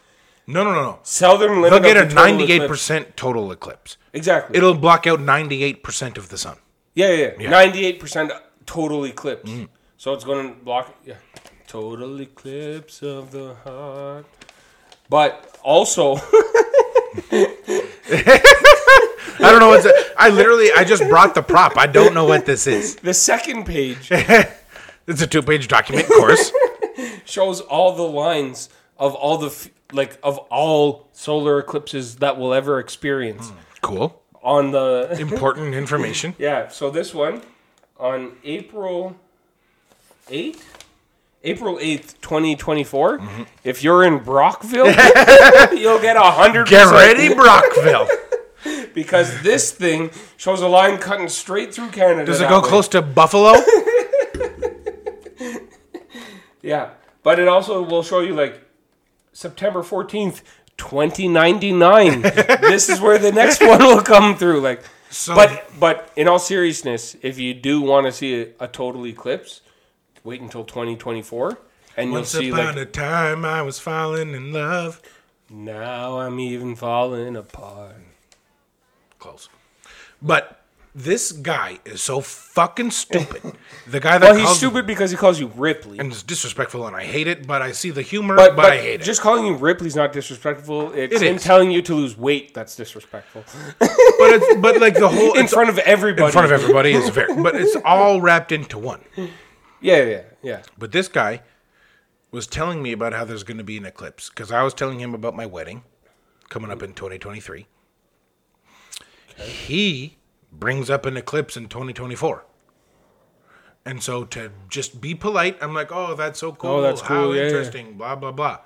Speaker 1: No, no, no, no.
Speaker 2: Southern
Speaker 1: They'll
Speaker 2: limit
Speaker 1: get
Speaker 2: of
Speaker 1: a
Speaker 2: the total
Speaker 1: ninety-eight
Speaker 2: eclipse.
Speaker 1: percent total eclipse.
Speaker 2: Exactly.
Speaker 1: It'll block out ninety-eight percent of the sun. Mm.
Speaker 2: yeah, yeah, yeah. 98% total eclipse. So it's going to block yeah. Total eclipse of the heart. But also,
Speaker 1: I don't know what's. I literally, I just brought the prop. I don't know what this is.
Speaker 2: the second page
Speaker 1: It's a two-page document, of course.
Speaker 2: shows all the lines of all the f- like of all solar eclipses that we'll ever
Speaker 1: Hmm.
Speaker 2: experience
Speaker 1: Cool.
Speaker 2: on the
Speaker 1: Important information.
Speaker 2: Yeah, so this one on April 8th, April 8th, 2024,
Speaker 1: Mm-hmm.
Speaker 2: if you're in Brockville, you'll get a 100
Speaker 1: Get ready, Brockville.
Speaker 2: because this thing shows a line cutting straight through Canada.
Speaker 1: Does it
Speaker 2: that
Speaker 1: go
Speaker 2: way.
Speaker 1: close to Buffalo?
Speaker 2: Yeah. But it also will show you like September 14th, 2099. this is where the next one will come through like
Speaker 1: So-
Speaker 2: but but in all seriousness, if you do want to see a, a total eclipse, wait until 2024 and
Speaker 1: Once
Speaker 2: you'll see
Speaker 1: upon
Speaker 2: like
Speaker 1: a time, I was falling in love.
Speaker 2: now I'm even falling apart.
Speaker 1: Close. But this guy is so fucking stupid. The guy that
Speaker 2: Well, he's
Speaker 1: calls
Speaker 2: stupid because he calls you Ripley.
Speaker 1: and is disrespectful, and I hate it. But I see the humor,
Speaker 2: but,
Speaker 1: but,
Speaker 2: but
Speaker 1: I hate
Speaker 2: just calling you Ripley's not disrespectful. It's
Speaker 1: It
Speaker 2: him
Speaker 1: is.
Speaker 2: telling you to lose weight that's disrespectful.
Speaker 1: it. But it's, but like the whole
Speaker 2: In
Speaker 1: it's
Speaker 2: front of everybody.
Speaker 1: in front of everybody is very. But it's all wrapped into one.
Speaker 2: Yeah, yeah, yeah.
Speaker 1: But this guy was telling me about how there's going to be an eclipse because I was telling him about my wedding coming up in 2023. He brings up an eclipse in 2024. And so to just be polite, I'm like, "Oh, that's so cool.
Speaker 2: that's
Speaker 1: How
Speaker 2: cool. Yeah, yeah.
Speaker 1: interesting. Blah blah blah."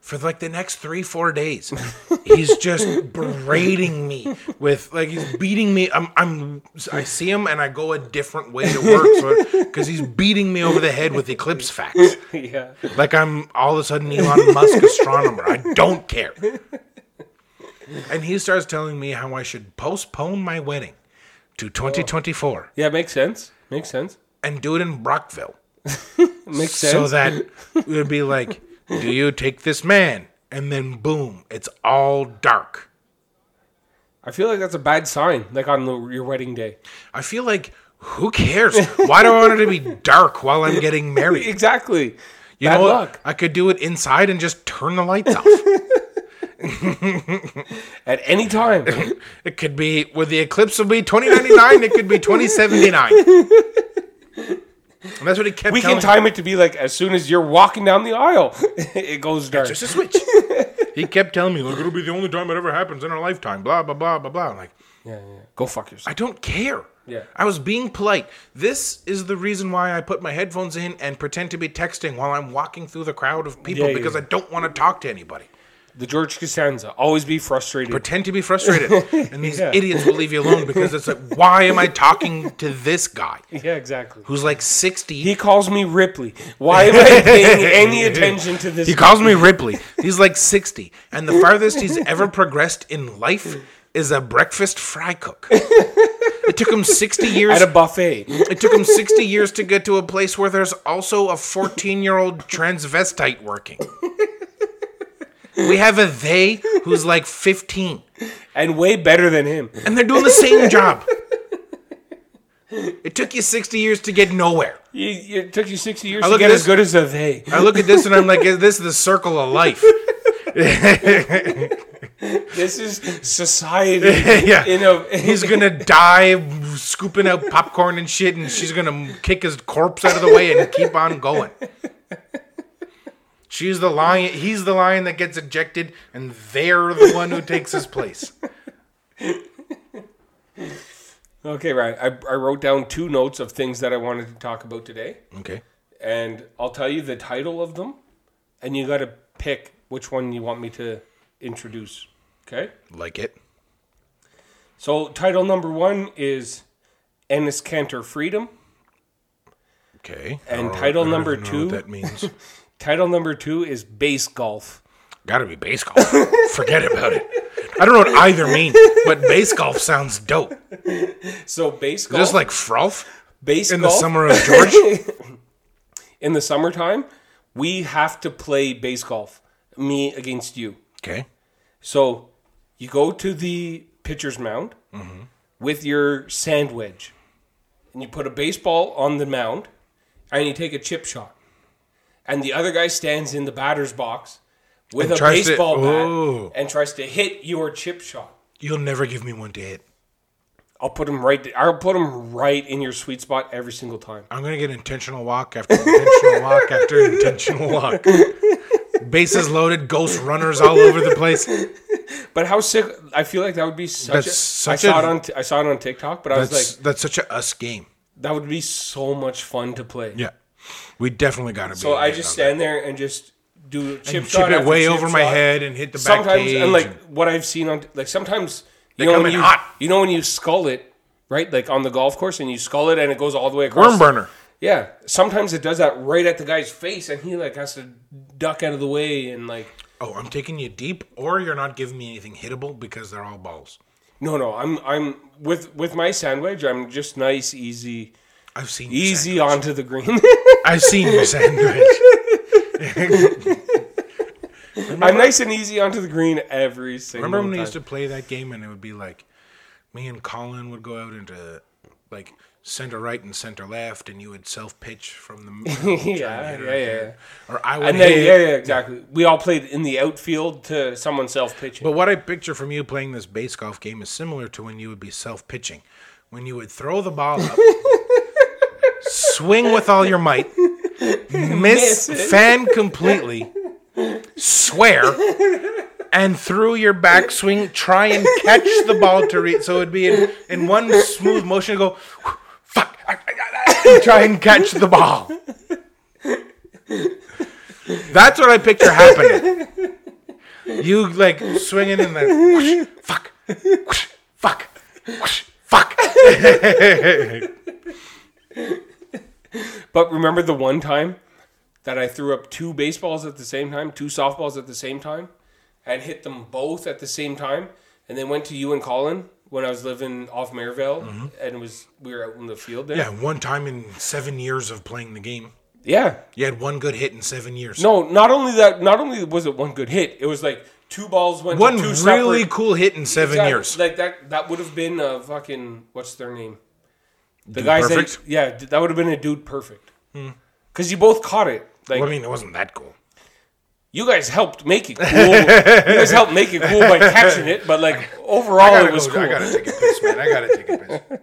Speaker 1: For like the next three, four days, he's just berating me with like he's beating me. I'm, I'm, I see him and I go a different way to work because he's beating me over the head with eclipse facts.
Speaker 2: Yeah.
Speaker 1: Like I'm all of a sudden Elon Musk astronomer. I don't care. And he starts telling me how I should postpone my wedding to 2024
Speaker 2: Yeah, makes sense. Makes sense.
Speaker 1: and do it in Brockville.
Speaker 2: Makes sense.
Speaker 1: So that it would be like, do you take this man? And then boom, it's all dark.
Speaker 2: I feel like that's a bad sign, like on the, your wedding day.
Speaker 1: I feel like who cares? Why do I want it to be dark while I'm getting married?
Speaker 2: Exactly.
Speaker 1: You
Speaker 2: Bad
Speaker 1: know what?
Speaker 2: luck.
Speaker 1: I could do it inside and just turn the lights off.
Speaker 2: At any time.
Speaker 1: It could be with the eclipse will be 2099. it could be 2079. And that's what he kept.
Speaker 2: we
Speaker 1: telling
Speaker 2: can time it to be like as soon as you're walking down the aisle, it goes dark.
Speaker 1: me. just a switch. he kept telling me, "Look, it'll be the only time it ever happens in our lifetime." Blah blah blah blah blah. I'm like,
Speaker 2: yeah, yeah. Go fuck
Speaker 1: I
Speaker 2: yourself.
Speaker 1: don't care.
Speaker 2: Yeah.
Speaker 1: I was being polite. This is the reason why I put my headphones in and pretend to be texting while I'm walking through the crowd of people
Speaker 2: Yeah, yeah,
Speaker 1: because
Speaker 2: yeah.
Speaker 1: I don't want to talk to anybody.
Speaker 2: The George Costanza. Always be frustrated.
Speaker 1: Pretend to be frustrated, and these
Speaker 2: Yeah.
Speaker 1: idiots will leave you alone because it's like, why am I talking to this guy
Speaker 2: yeah, exactly.
Speaker 1: who's like 60?
Speaker 2: He calls me Ripley. Why am I paying any attention to this?
Speaker 1: He calls me Ripley. He's like 60. And the farthest he's ever progressed in life is a breakfast fry cook. It took him 60 years.
Speaker 2: at a buffet.
Speaker 1: it took him 60 years to get to a place where there's also a 14 year old transvestite working. We have a they who's like 15,
Speaker 2: and way better than him.
Speaker 1: and they're doing the same job. It took you 60 years to get nowhere.
Speaker 2: You, it took you 60 years
Speaker 1: look
Speaker 2: to
Speaker 1: at
Speaker 2: get
Speaker 1: this-
Speaker 2: as good as a they.
Speaker 1: I look at this and I'm like, is this the circle of life?
Speaker 2: This is society.
Speaker 1: yeah.
Speaker 2: You know,
Speaker 1: He's gonna die scooping out popcorn and shit, and she's gonna kick his corpse out of the way and keep on going. She's the lion. He's the lion that gets ejected, and they're the one who takes his place.
Speaker 2: Okay, right. I, I wrote down two notes of things that I wanted to talk about today,
Speaker 1: Okay.
Speaker 2: and I'll tell you the title of them, and you got to pick which one you want me to introduce. Okay?
Speaker 1: Like it.
Speaker 2: So, title number one is Ennis Cantor Freedom.
Speaker 1: Okay.
Speaker 2: And
Speaker 1: I don't know- Oh,
Speaker 2: title
Speaker 1: I don't
Speaker 2: number
Speaker 1: even know what
Speaker 2: two?
Speaker 1: that means.
Speaker 2: Title number two is Base Golf.
Speaker 1: Gotta be base golf. Forget about it. I don't know what either mean, but base golf sounds dope.
Speaker 2: So, base golf.
Speaker 1: Just like froth
Speaker 2: base
Speaker 1: in the
Speaker 2: golf,
Speaker 1: summer of George.
Speaker 2: In the summertime, we have to play base golf, me against you.
Speaker 1: Okay.
Speaker 2: So you go to the pitcher's mound
Speaker 1: Mm-hmm.
Speaker 2: with your sand wedge, and you put a baseball on the mound, and you take a chip shot. and the other guy stands in the batter's box with
Speaker 1: And
Speaker 2: a
Speaker 1: tries to-
Speaker 2: baseball
Speaker 1: Oh.
Speaker 2: bat and tries to hit your chip shot.
Speaker 1: You'll never give me one to hit.
Speaker 2: I'll put him right. I'll put him right in your sweet spot every single time.
Speaker 1: I'm gonna get intentional walk after intentional walk after intentional walk. Bases loaded, ghost runners all over the place.
Speaker 2: But how sick! I feel like that would be such.
Speaker 1: That's
Speaker 2: a,
Speaker 1: such
Speaker 2: I saw
Speaker 1: a-
Speaker 2: it on. T- I saw it on TikTok, but I was
Speaker 1: That's
Speaker 2: like,
Speaker 1: that's such a us game.
Speaker 2: that would be so much fun to play.
Speaker 1: Yeah, we definitely gotta be.
Speaker 2: So I just stand there and just do chip shot
Speaker 1: chip it
Speaker 2: after
Speaker 1: way
Speaker 2: chip
Speaker 1: over my
Speaker 2: shot.
Speaker 1: head and hit the back
Speaker 2: Sometimes
Speaker 1: cage.
Speaker 2: and like
Speaker 1: and-
Speaker 2: what I've seen on like sometimes you
Speaker 1: come
Speaker 2: know when
Speaker 1: in
Speaker 2: you
Speaker 1: hot.
Speaker 2: you know when you scull it right like on the golf course and you scull it and it goes all the way across.
Speaker 1: worm burner.
Speaker 2: Yeah, sometimes it does that right at the guy's face and he like has to duck out of the way and like
Speaker 1: Oh, I'm taking you deep, or you're not giving me anything hittable because they're all balls.
Speaker 2: no no I'm I'm with with my sandwich I'm just nice easy
Speaker 1: I've seen you
Speaker 2: easy
Speaker 1: sandwich.
Speaker 2: onto the green.
Speaker 1: I've seen you sandwich.
Speaker 2: I'm nice and easy onto the green every single
Speaker 1: Remember when we
Speaker 2: time.
Speaker 1: used to play that game and it would be like me and Colin would go out into like center right and center left and you would self pitch from the middle trying to
Speaker 2: Yeah,
Speaker 1: hit it
Speaker 2: yeah,
Speaker 1: right
Speaker 2: yeah.
Speaker 1: there. Or I would
Speaker 2: And then,
Speaker 1: hit it.
Speaker 2: yeah, yeah, exactly. We all played in the outfield to someone self pitching.
Speaker 1: But what I picture from you playing this base golf game is similar to when you would be self pitching. When you would throw the ball up, swing with all your might, miss,
Speaker 2: Miss it.
Speaker 1: fan completely, swear, and through your backswing, try and catch the ball to read. So it'd be in, in one smooth motion, go, fuck, I- I- I- and try and catch the ball. That's what I picture happening. You like swinging in the whoosh, fuck, whoosh, fuck, whoosh, fuck.
Speaker 2: But remember the one time that I threw up two baseballs at the same time, two softballs at the same time, and hit them both at the same time, and then went to you and Colin when I was living off Maryvale, and it was we were out in the field there.
Speaker 1: Mm-hmm. yeah, one time in seven years of playing the game,
Speaker 2: yeah.
Speaker 1: you had one good hit in seven years.
Speaker 2: No, not only that, not only was it one good hit, it was like two balls went
Speaker 1: one
Speaker 2: to two
Speaker 1: really
Speaker 2: separate-
Speaker 1: cool hit in seven
Speaker 2: Exactly.
Speaker 1: years.
Speaker 2: Like that, that would have been a fucking what's their name? The
Speaker 1: Dude
Speaker 2: guys
Speaker 1: Perfect? Hmm.
Speaker 2: that yeah, that would have been a dude perfect. Because you both caught it. Like
Speaker 1: Well, I mean, it wasn't that cool.
Speaker 2: you guys helped make it cool. you guys helped make it cool by catching it, but like overall,
Speaker 1: I
Speaker 2: Oh, it
Speaker 1: gotta,
Speaker 2: was
Speaker 1: go-
Speaker 2: cool.
Speaker 1: I gotta take a piss, man. I gotta take a piss.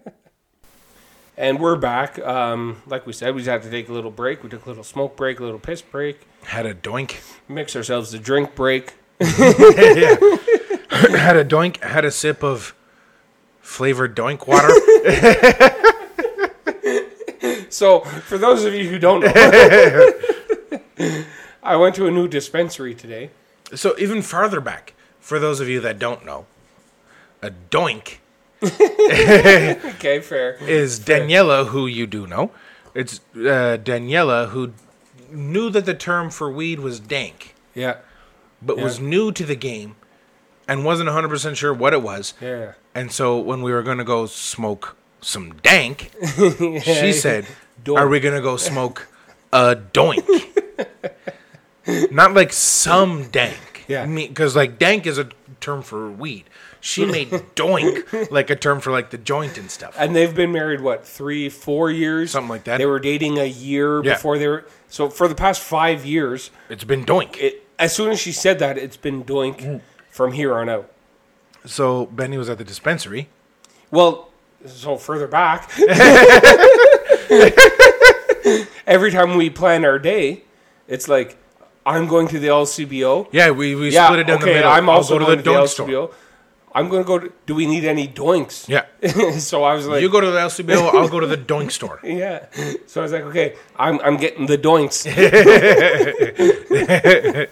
Speaker 2: And we're back. Um, like we said, we just had to take a little break. We took a little smoke break, a little piss break,
Speaker 1: Had a doink.
Speaker 2: mix ourselves a drink break.
Speaker 1: yeah. had a doink. Had a sip of flavored doink water.
Speaker 2: So, for those of you who don't know, I went to a new dispensary today.
Speaker 1: So even farther back, for those of you that don't know, a doink
Speaker 2: Okay, fair.
Speaker 1: is Daniela, who you do know. It's uh, Daniela who knew that the term for weed was dank,
Speaker 2: Yeah,
Speaker 1: but was new to the game and wasn't 100% sure what it was.
Speaker 2: yeah.
Speaker 1: And so when we were going to go smoke some dank, she said,
Speaker 2: Doink.
Speaker 1: Are we going to go smoke a doink? Not like some dank.
Speaker 2: Yeah.
Speaker 1: Because like dank is a term for weed. She made doink like a term for like the joint and stuff.
Speaker 2: and they've been married what three, four years,
Speaker 1: Something like that.
Speaker 2: They were dating a year
Speaker 1: Yeah.
Speaker 2: before they were. So for the past five years,
Speaker 1: It's been doink.
Speaker 2: it as soon as she said that, it's been doink
Speaker 1: Mm.
Speaker 2: from here on out.
Speaker 1: So Benny was at the dispensary.
Speaker 2: Well, so further back, every time we plan our day, it's like I'm going to the LCBO.
Speaker 1: Yeah, we, we split it down the middle.
Speaker 2: I'm
Speaker 1: I'll
Speaker 2: also
Speaker 1: go
Speaker 2: going to the,
Speaker 1: doink store.
Speaker 2: LCBO. I'm going to go. To, do we need any doinks?
Speaker 1: Yeah.
Speaker 2: so I was like,
Speaker 1: You go to the LCBO, I'll go to the doink store.
Speaker 2: Yeah. So I was like, okay, I'm, I'm getting the doinks. but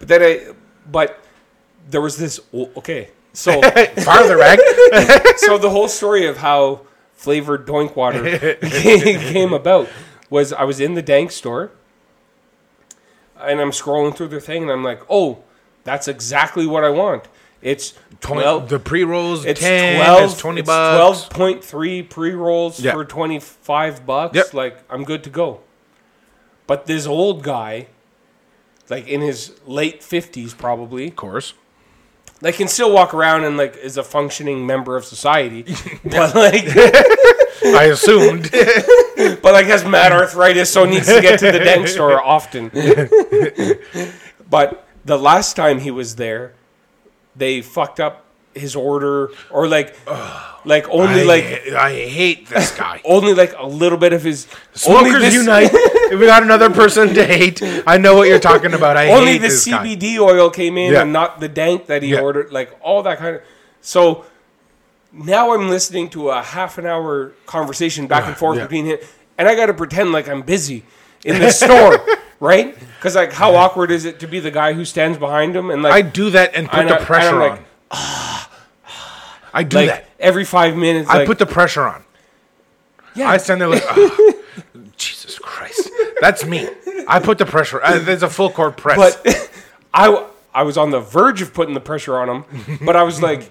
Speaker 2: then I, but there was this, oh, okay. So,
Speaker 1: Farther back.
Speaker 2: so the whole story of how flavored doink water came about was I was in the dank store and I'm scrolling through the thing and I'm like, oh, that's exactly what I want. It's 12,
Speaker 1: Well, the pre rolls,
Speaker 2: it's
Speaker 1: 10,
Speaker 2: 12
Speaker 1: it's 20
Speaker 2: it's
Speaker 1: bucks.
Speaker 2: 12.3 pre-rolls
Speaker 1: Yeah.
Speaker 2: for 25 bucks
Speaker 1: Yep.
Speaker 2: like i'm good to go but this old guy like in his late 50s probably
Speaker 1: Of course.
Speaker 2: like can still walk around and like is a functioning member of society but like
Speaker 1: I assumed.
Speaker 2: but like has mad arthritis, so needs to get to the dent store often. but the last time he was there, they fucked up his order, or like, like only
Speaker 1: I,
Speaker 2: like
Speaker 1: I hate this guy.
Speaker 2: only like a little bit of his. only
Speaker 1: Smokers
Speaker 2: this-
Speaker 1: unite. we got another person to hate. I know what you're talking about. I
Speaker 2: Only
Speaker 1: hate
Speaker 2: the
Speaker 1: this guy.
Speaker 2: CBD oil came in,
Speaker 1: Yeah.
Speaker 2: and not the dank that he
Speaker 1: Yeah.
Speaker 2: ordered. Like all that kind of. So now I'm listening to a half an hour conversation back and forth
Speaker 1: yeah.
Speaker 2: between him, and I got to pretend like I'm busy in the store, right? Because like, how awkward is it to be the guy who stands behind him and like
Speaker 1: I do that and put
Speaker 2: and I-
Speaker 1: the
Speaker 2: and I'm
Speaker 1: pressure
Speaker 2: like,
Speaker 1: on. I do
Speaker 2: like
Speaker 1: that.
Speaker 2: every five minutes?
Speaker 1: I
Speaker 2: like,
Speaker 1: put the pressure on.
Speaker 2: yeah,
Speaker 1: I stand there like, "Ugh, Jesus Christ, that's me. I put the pressure. I, there's a full court press.
Speaker 2: but I w- I was on the verge of putting the pressure on him, but I was like,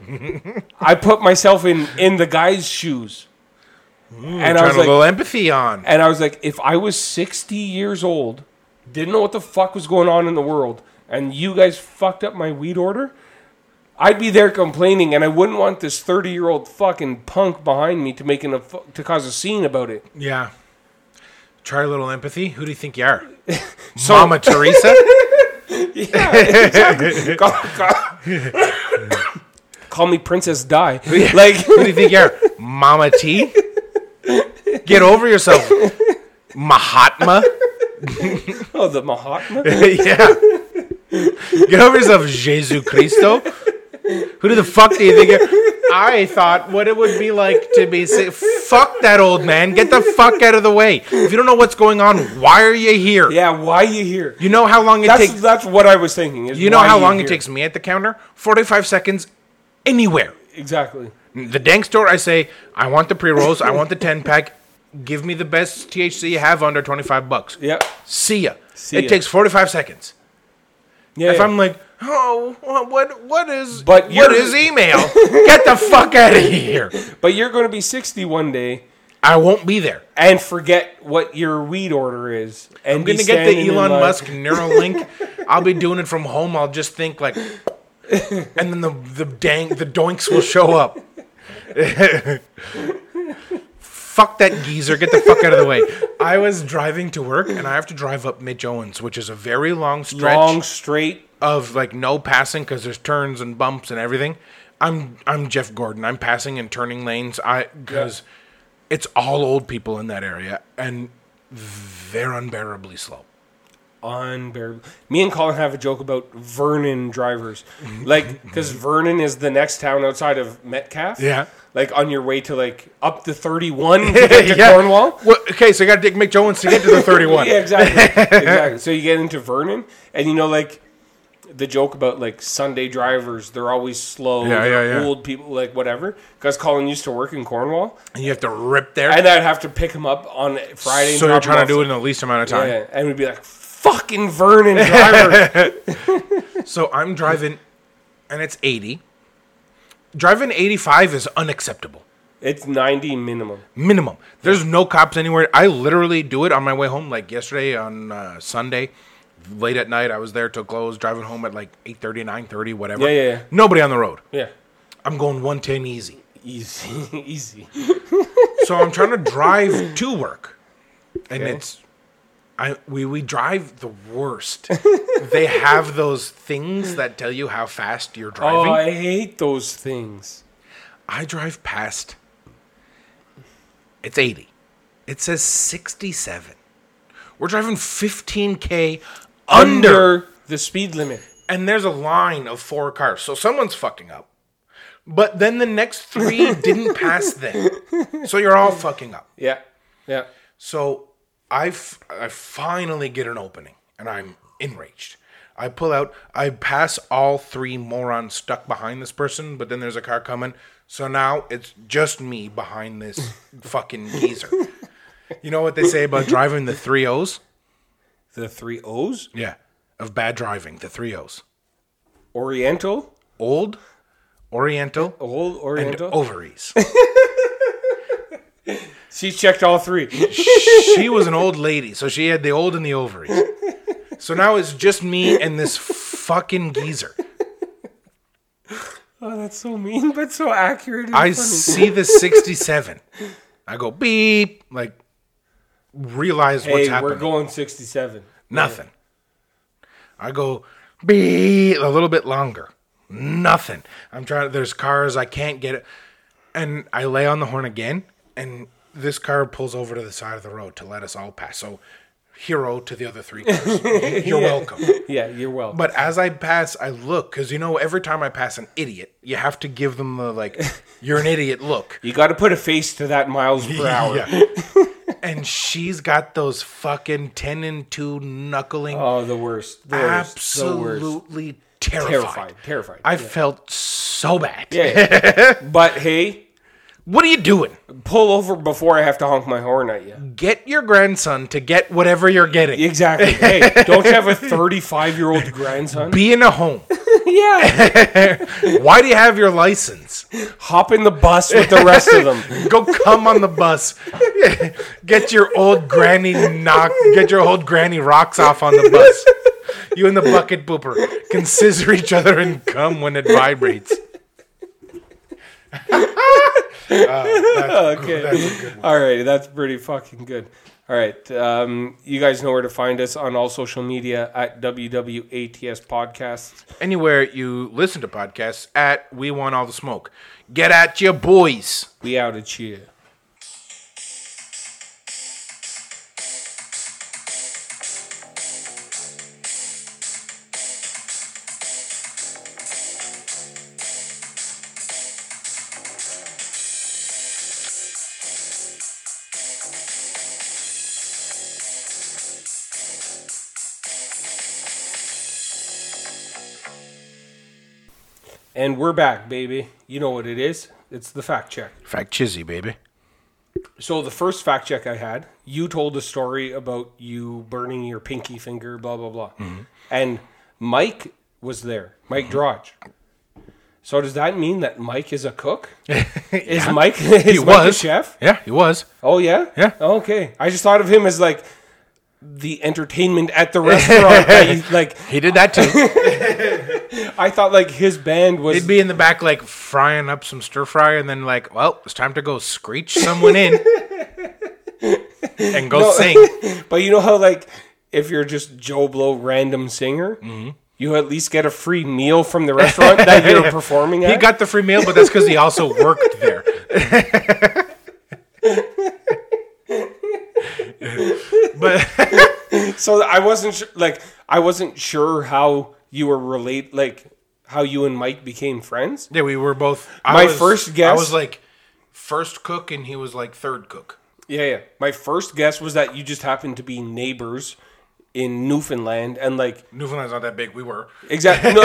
Speaker 2: I put myself in in the guy's shoes, and I
Speaker 1: Trying
Speaker 2: was
Speaker 1: a
Speaker 2: like,
Speaker 1: little empathy on.
Speaker 2: and I was like, if I was sixty years old, didn't know what the fuck was going on in the world, and you guys fucked up my weed order. I'd be there complaining, and I wouldn't want this thirty-year-old fucking punk behind me to making a fu- to cause a scene about it.
Speaker 1: Yeah. Try a little empathy. Who do you think you are? Mama Teresa?
Speaker 2: Yeah, exactly. call, call- Call me Princess Di. Like,
Speaker 1: Who do you think you are? Mama T? Get over yourself, Mahatma.
Speaker 2: oh, the Mahatma.
Speaker 1: yeah. Get over yourself, Jesus Cristo. Who the fuck do you think? you- I thought what it would be like to be say, fuck that old man. Get the fuck out of the way. If you don't know what's going on, why are you here?
Speaker 2: Yeah, why you here?
Speaker 1: You know how long it
Speaker 2: That's
Speaker 1: takes.
Speaker 2: that's what I was thinking. is
Speaker 1: You know
Speaker 2: why
Speaker 1: how long it
Speaker 2: here.
Speaker 1: takes me at the counter? Forty-five seconds, anywhere.
Speaker 2: Exactly.
Speaker 1: The dank store. I say I want the pre rolls. I want the ten pack. Give me the best THC you have under twenty-five bucks.
Speaker 2: Yep.
Speaker 1: See ya.
Speaker 2: See
Speaker 1: it
Speaker 2: ya.
Speaker 1: takes forty-five seconds.
Speaker 2: Yeah.
Speaker 1: If I'm like, oh, wha- what, what is,
Speaker 2: But
Speaker 1: but
Speaker 2: you're-
Speaker 1: what is email? Get the fuck out of here!
Speaker 2: but you're going to be 60 one day
Speaker 1: I won't be there.
Speaker 2: and forget what your weed order is. And
Speaker 1: I'm gonna get the Elon Musk Neuralink. I'll be doing it from home. I'll just think like, and then the the dang the doinks will show up. fuck that geezer! Get the fuck out of the way. I was driving to work, and I have to drive up Mitch Owens, which is a very long stretch.
Speaker 2: long straight.
Speaker 1: of like no passing because there's turns and bumps and everything. I'm I'm Jeff Gordon. I'm passing and turning lanes. I because it's all old people in that area and they're unbearably slow.
Speaker 2: Unbearable. Me and Colin have a joke about Vernon drivers, like because Vernon is the next town outside of Metcalf.
Speaker 1: Yeah.
Speaker 2: like on your way to like up the 31 to get to Cornwall.
Speaker 1: Well, okay, so you got to take Mick Jones to get to the 31.
Speaker 2: Yeah, exactly. exactly. So you get into Vernon, and you know, like the joke about like Sunday drivers, they're always slow,
Speaker 1: Yeah,
Speaker 2: they're
Speaker 1: yeah, yeah.
Speaker 2: old people, like whatever. Because Colin used to work in Cornwall,
Speaker 1: And you have to rip there.
Speaker 2: and I'd have to pick him up on Friday. and
Speaker 1: so you're
Speaker 2: drop him
Speaker 1: trying
Speaker 2: off.
Speaker 1: to do it in the least amount of time.
Speaker 2: yeah, and we'd be like, "Fucking Vernon driver."
Speaker 1: So I'm driving and it's 80. Driving 85 is unacceptable.
Speaker 2: it's ninety minimum.
Speaker 1: minimum. There's no cops anywhere. I literally do it on my way home, like yesterday on uh, Sunday, late at night. I was there till close, driving home at like 8.30, 9.30, whatever.
Speaker 2: Yeah, yeah, yeah.
Speaker 1: Nobody on the road.
Speaker 2: Yeah,
Speaker 1: I'm going 110 easy.
Speaker 2: easy, easy.
Speaker 1: So I'm trying to drive to work, and it's I we we drive the worst. they have those things that tell you how fast you're
Speaker 2: Oh,
Speaker 1: driving.
Speaker 2: I hate those things.
Speaker 1: I drive past. It's 80. It says 67. We're driving 15K under,
Speaker 2: Under the speed limit.
Speaker 1: And there's a line of four cars. So someone's fucking up. But then the next three didn't pass them. So you're all fucking up.
Speaker 2: Yeah, yeah.
Speaker 1: So I, f- I finally get an opening and I'm enraged. I pull out, I pass all three morons stuck behind this person, but then there's a car coming. So now it's just me behind this fucking geezer. You know what they say about driving the three O's?
Speaker 2: The three O's:
Speaker 1: Yeah. Of bad driving, the three O's
Speaker 2: Oriental,
Speaker 1: old, oriental,
Speaker 2: old
Speaker 1: and
Speaker 2: Oriental.
Speaker 1: ovaries.
Speaker 2: She checked all three.
Speaker 1: she was an old lady, so she had the old and the ovaries. So now it's just me and this fucking geezer.
Speaker 2: Oh, that's so mean, but so accurate. And
Speaker 1: I
Speaker 2: funny.
Speaker 1: see the 67. I go beep, like realize what's
Speaker 2: hey, we're
Speaker 1: happening.
Speaker 2: going 67.
Speaker 1: Nothing. I go beep a little bit longer. Nothing. I'm trying. There's cars. I can't get it. And I lay on the horn again, and this car pulls over to the side of the road to let us all pass. So, hero to the other three cars. You're welcome.
Speaker 2: Yeah, you're welcome.
Speaker 1: But as I pass, I look because you know every time I pass an idiot, you have to give them the like, "You're an idiot." Look.
Speaker 2: you got to put a face to that miles per hour.
Speaker 1: Yeah. and she's got those fucking ten and two knuckling
Speaker 2: Oh, the worst. The worst. The worst.
Speaker 1: absolutely terrified.
Speaker 2: Terrified. Terrified.
Speaker 1: I felt so bad.
Speaker 2: yeah. yeah. but hey,
Speaker 1: What are you doing?
Speaker 2: pull over before I have to honk my horn at you.
Speaker 1: Get your grandson to get whatever you're getting.
Speaker 2: Exactly. Hey, don't you have a 35 year old grandson?
Speaker 1: Be in a home.
Speaker 2: yeah.
Speaker 1: Why do you have your license?
Speaker 2: Hop in the bus with the rest of them.
Speaker 1: Go come on the bus. Get your old granny knock. Get your old granny rocks off on the bus. You and the bucket pooper can scissor each other and come when it vibrates.
Speaker 2: Oh, Okay. All right. That's pretty fucking good. All right. Um, you guys know where to find us on all social media at WWATS Podcasts.
Speaker 1: Anywhere you listen to podcasts at We Want All the Smoke. Get at your boys.
Speaker 2: We out at you. And we're back, baby. You know what it is. It's the fact check.
Speaker 1: Fact Chizzy, baby.
Speaker 2: So the first fact check I had, you told a story about you burning your pinky finger, blah blah blah,
Speaker 1: Mm-hmm.
Speaker 2: and Mike was there, Mike Drudge. So does that mean that Mike is a cook? Is Mike is
Speaker 1: He
Speaker 2: Mike a
Speaker 1: was.
Speaker 2: chef?
Speaker 1: Yeah, he was.
Speaker 2: Oh yeah,
Speaker 1: Yeah.
Speaker 2: Okay, I just thought of him as like the entertainment at the restaurant. that you- like
Speaker 1: He did that too.
Speaker 2: I thought, like his band was
Speaker 1: He'd be in the back, like frying up some stir fry, and then like, well, it's time to go screech someone in and go sing.
Speaker 2: But you know how like if you're just Joe Blow random singer,
Speaker 1: Mm-hmm.
Speaker 2: you at least get a free meal from the restaurant that you're performing at.
Speaker 1: He got the free meal, but that's because he also worked there. but
Speaker 2: so I wasn't sure, like I wasn't sure how you were relate like how you and Mike became friends.
Speaker 1: yeah, we were both. I
Speaker 2: My
Speaker 1: was-
Speaker 2: first
Speaker 1: I
Speaker 2: guess-
Speaker 1: was like first cook, and he was like third cook.
Speaker 2: Yeah, yeah. My first guess was that you just happened to be neighbors in Newfoundland and like
Speaker 1: Newfoundland's not that big. We were.
Speaker 2: exactly no,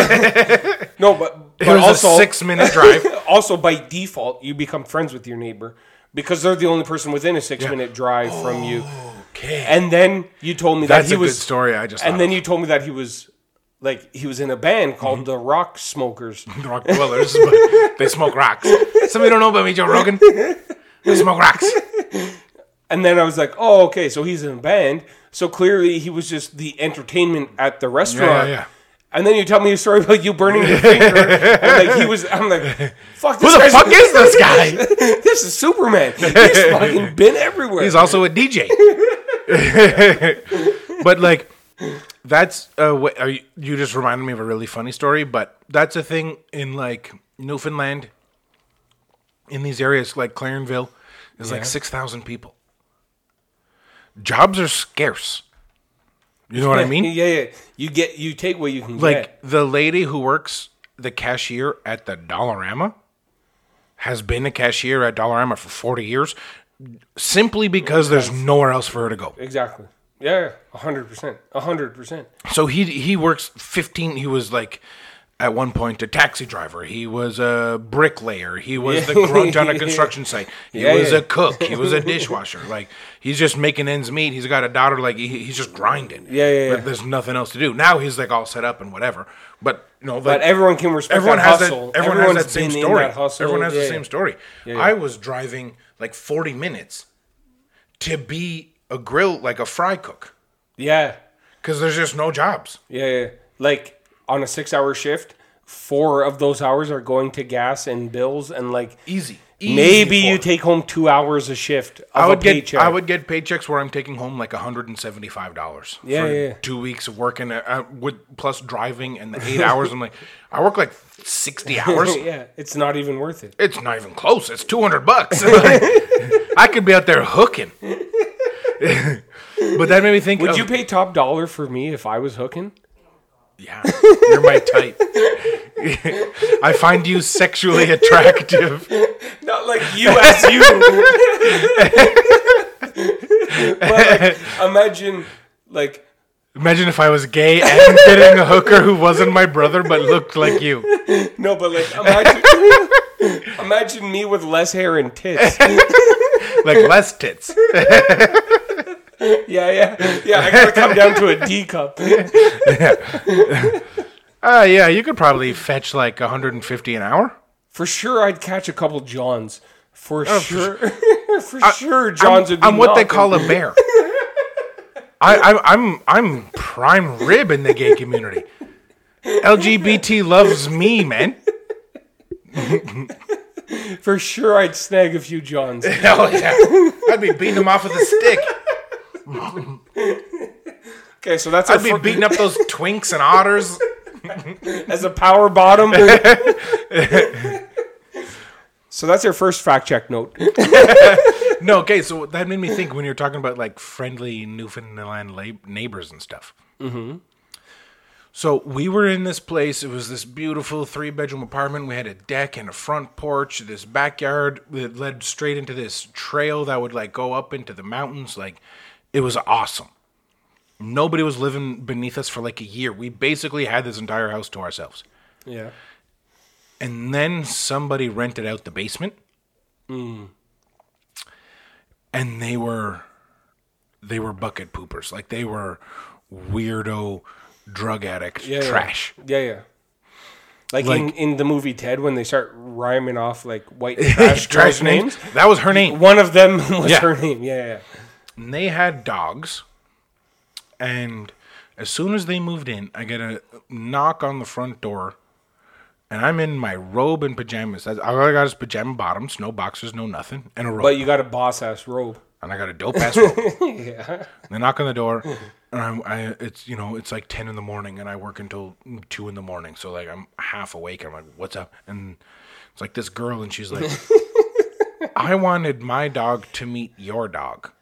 Speaker 2: no but, but
Speaker 1: It was
Speaker 2: also
Speaker 1: a six-minute drive.
Speaker 2: also by default you become friends with your neighbor because they're the only person within a 6 minute drive from you.
Speaker 1: okay.
Speaker 2: And then you told me
Speaker 1: Oh. That's
Speaker 2: that he
Speaker 1: a
Speaker 2: was
Speaker 1: good story. I just
Speaker 2: And
Speaker 1: thought
Speaker 2: then you told me that he was like he was in a band called
Speaker 1: Mm-hmm.
Speaker 2: the Rock Smokers.
Speaker 1: of. rock dwellers, but they smoke rocks. Something you don't know about me, Joe Rogan. They smoke rocks.
Speaker 2: And then I was like, "Oh, okay, so he's in a band. So clearly he was just the entertainment at the restaurant."
Speaker 1: yeah.
Speaker 2: And then you tell me a story about you burning your finger. and like he was I'm like, "Fuck this
Speaker 1: Who the
Speaker 2: guy's-
Speaker 1: fuck is this guy?
Speaker 2: this is Superman. He's fucking been everywhere."
Speaker 1: He's also a DJ. but like, that's uh, what are you, you just reminded me of a really funny story. But that's a thing in like Newfoundland, in these areas like Clarenville, is like six thousand people. Jobs are scarce. You know what I mean?
Speaker 2: yeah, yeah. You get you take what you can
Speaker 1: Like
Speaker 2: get.
Speaker 1: the lady who works the cashier at the Dollarama has been a cashier at Dollarama for 40 years simply because there's nowhere else for her to go.
Speaker 2: Exactly. Yeah, a 100%. a 100%.
Speaker 1: So he he works 15 he was like at one point a taxi driver, he was a bricklayer, he was the grunt on a construction site. He
Speaker 2: Yeah,
Speaker 1: was
Speaker 2: yeah.
Speaker 1: a cook, he was a dishwasher. Like he's just making ends meet. He's got a daughter like he, he's just grinding.
Speaker 2: Yeah, yeah,
Speaker 1: But
Speaker 2: yeah.
Speaker 1: there's nothing else to do. Now he's like all set up and whatever. But you know,
Speaker 2: But everyone can respect
Speaker 1: everyone
Speaker 2: that
Speaker 1: has
Speaker 2: hustle.
Speaker 1: that. Everyone
Speaker 2: Everyone's
Speaker 1: has that same
Speaker 2: been in
Speaker 1: story.
Speaker 2: that hustle.
Speaker 1: Everyone has
Speaker 2: Yeah,
Speaker 1: the same
Speaker 2: yeah.
Speaker 1: story. I was driving like 40 minutes to be a grill, like a fry cook,
Speaker 2: Yeah.
Speaker 1: because there's just no jobs.
Speaker 2: Yeah, yeah. Like on a six hour shift, four of those hours are going to gas and bills and like
Speaker 1: Easy. easy
Speaker 2: Maybe you
Speaker 1: four.
Speaker 2: take home two hours a shift. Of
Speaker 1: I would
Speaker 2: a
Speaker 1: get
Speaker 2: paycheck.
Speaker 1: I would get paychecks where I'm taking home like 175 dollars.
Speaker 2: Yeah, yeah, yeah.
Speaker 1: Two weeks of working uh, with plus driving and the eight hours. I'm like, I work like 60 hours.
Speaker 2: yeah, it's not even worth it.
Speaker 1: It's not even close. It's 200 bucks. Like, I could be out there hooking. but that made me think.
Speaker 2: Would
Speaker 1: of-
Speaker 2: you pay top dollar for me if I was hooking?
Speaker 1: Yeah, you're my type. I find you sexually attractive.
Speaker 2: Not like you as you. but like, imagine like
Speaker 1: Imagine if I was gay and getting a hooker who wasn't my brother but looked like you.
Speaker 2: no, but like imagine imagine me with less hair and tits.
Speaker 1: Like less tits.
Speaker 2: Yeah, yeah, yeah. I gotta come down to a D cup.
Speaker 1: Uh, yeah, you could probably fetch like 150 an hour.
Speaker 2: For sure, I'd catch a couple Johns. For
Speaker 1: Oh,
Speaker 2: sure, for sure, Johns
Speaker 1: I'm,
Speaker 2: would be.
Speaker 1: I'm what they
Speaker 2: knocking.
Speaker 1: call a bear. I, I, I'm I'm prime rib in the gay community. LGBT loves me, man.
Speaker 2: For sure, I'd snag a few Johns.
Speaker 1: Hell yeah, I'd be beating them off with a stick.
Speaker 2: Okay, so that's
Speaker 1: I'd be beating up those twinks and otters.
Speaker 2: as a power bottom. so that's your first fact check note.
Speaker 1: No, okay, so that made me think when you're talking about like friendly Newfoundland lab- neighbors and stuff. Mm-hmm. So we were in this place. It was this beautiful three bedroom apartment. We had a deck and a front porch, this backyard that led straight into this trail that would like go up into the mountains. Like it was awesome. Nobody was living beneath us for like a year. We basically had this entire house to ourselves.
Speaker 2: Yeah.
Speaker 1: and then somebody rented out the basement
Speaker 2: Mm.
Speaker 1: and they were they were bucket poopers like they were weirdo drug addict
Speaker 2: Yeah, yeah.
Speaker 1: trash
Speaker 2: Yeah, yeah. Like, in,
Speaker 1: Like-
Speaker 2: in the movie Ted, when they start rhyming off like white trash, trash names,
Speaker 1: that was her name
Speaker 2: one of them was
Speaker 1: Yeah.
Speaker 2: her name. Yeah, yeah.
Speaker 1: and they had dogs and as soon as they moved in i get a knock on the front door and i'm in my robe and pajamas That's- all i got is pajama bottoms no boxers no nothing and a robe
Speaker 2: But you got a boss ass robe.
Speaker 1: and I got a dope ass robe. They knock on the door, and I'm, I it's you know it's like ten in the morning, and I work until two in the morning, so like I'm half awake. I'm like, what's up? And it's like this girl, and she's like, I wanted my dog to meet your dog.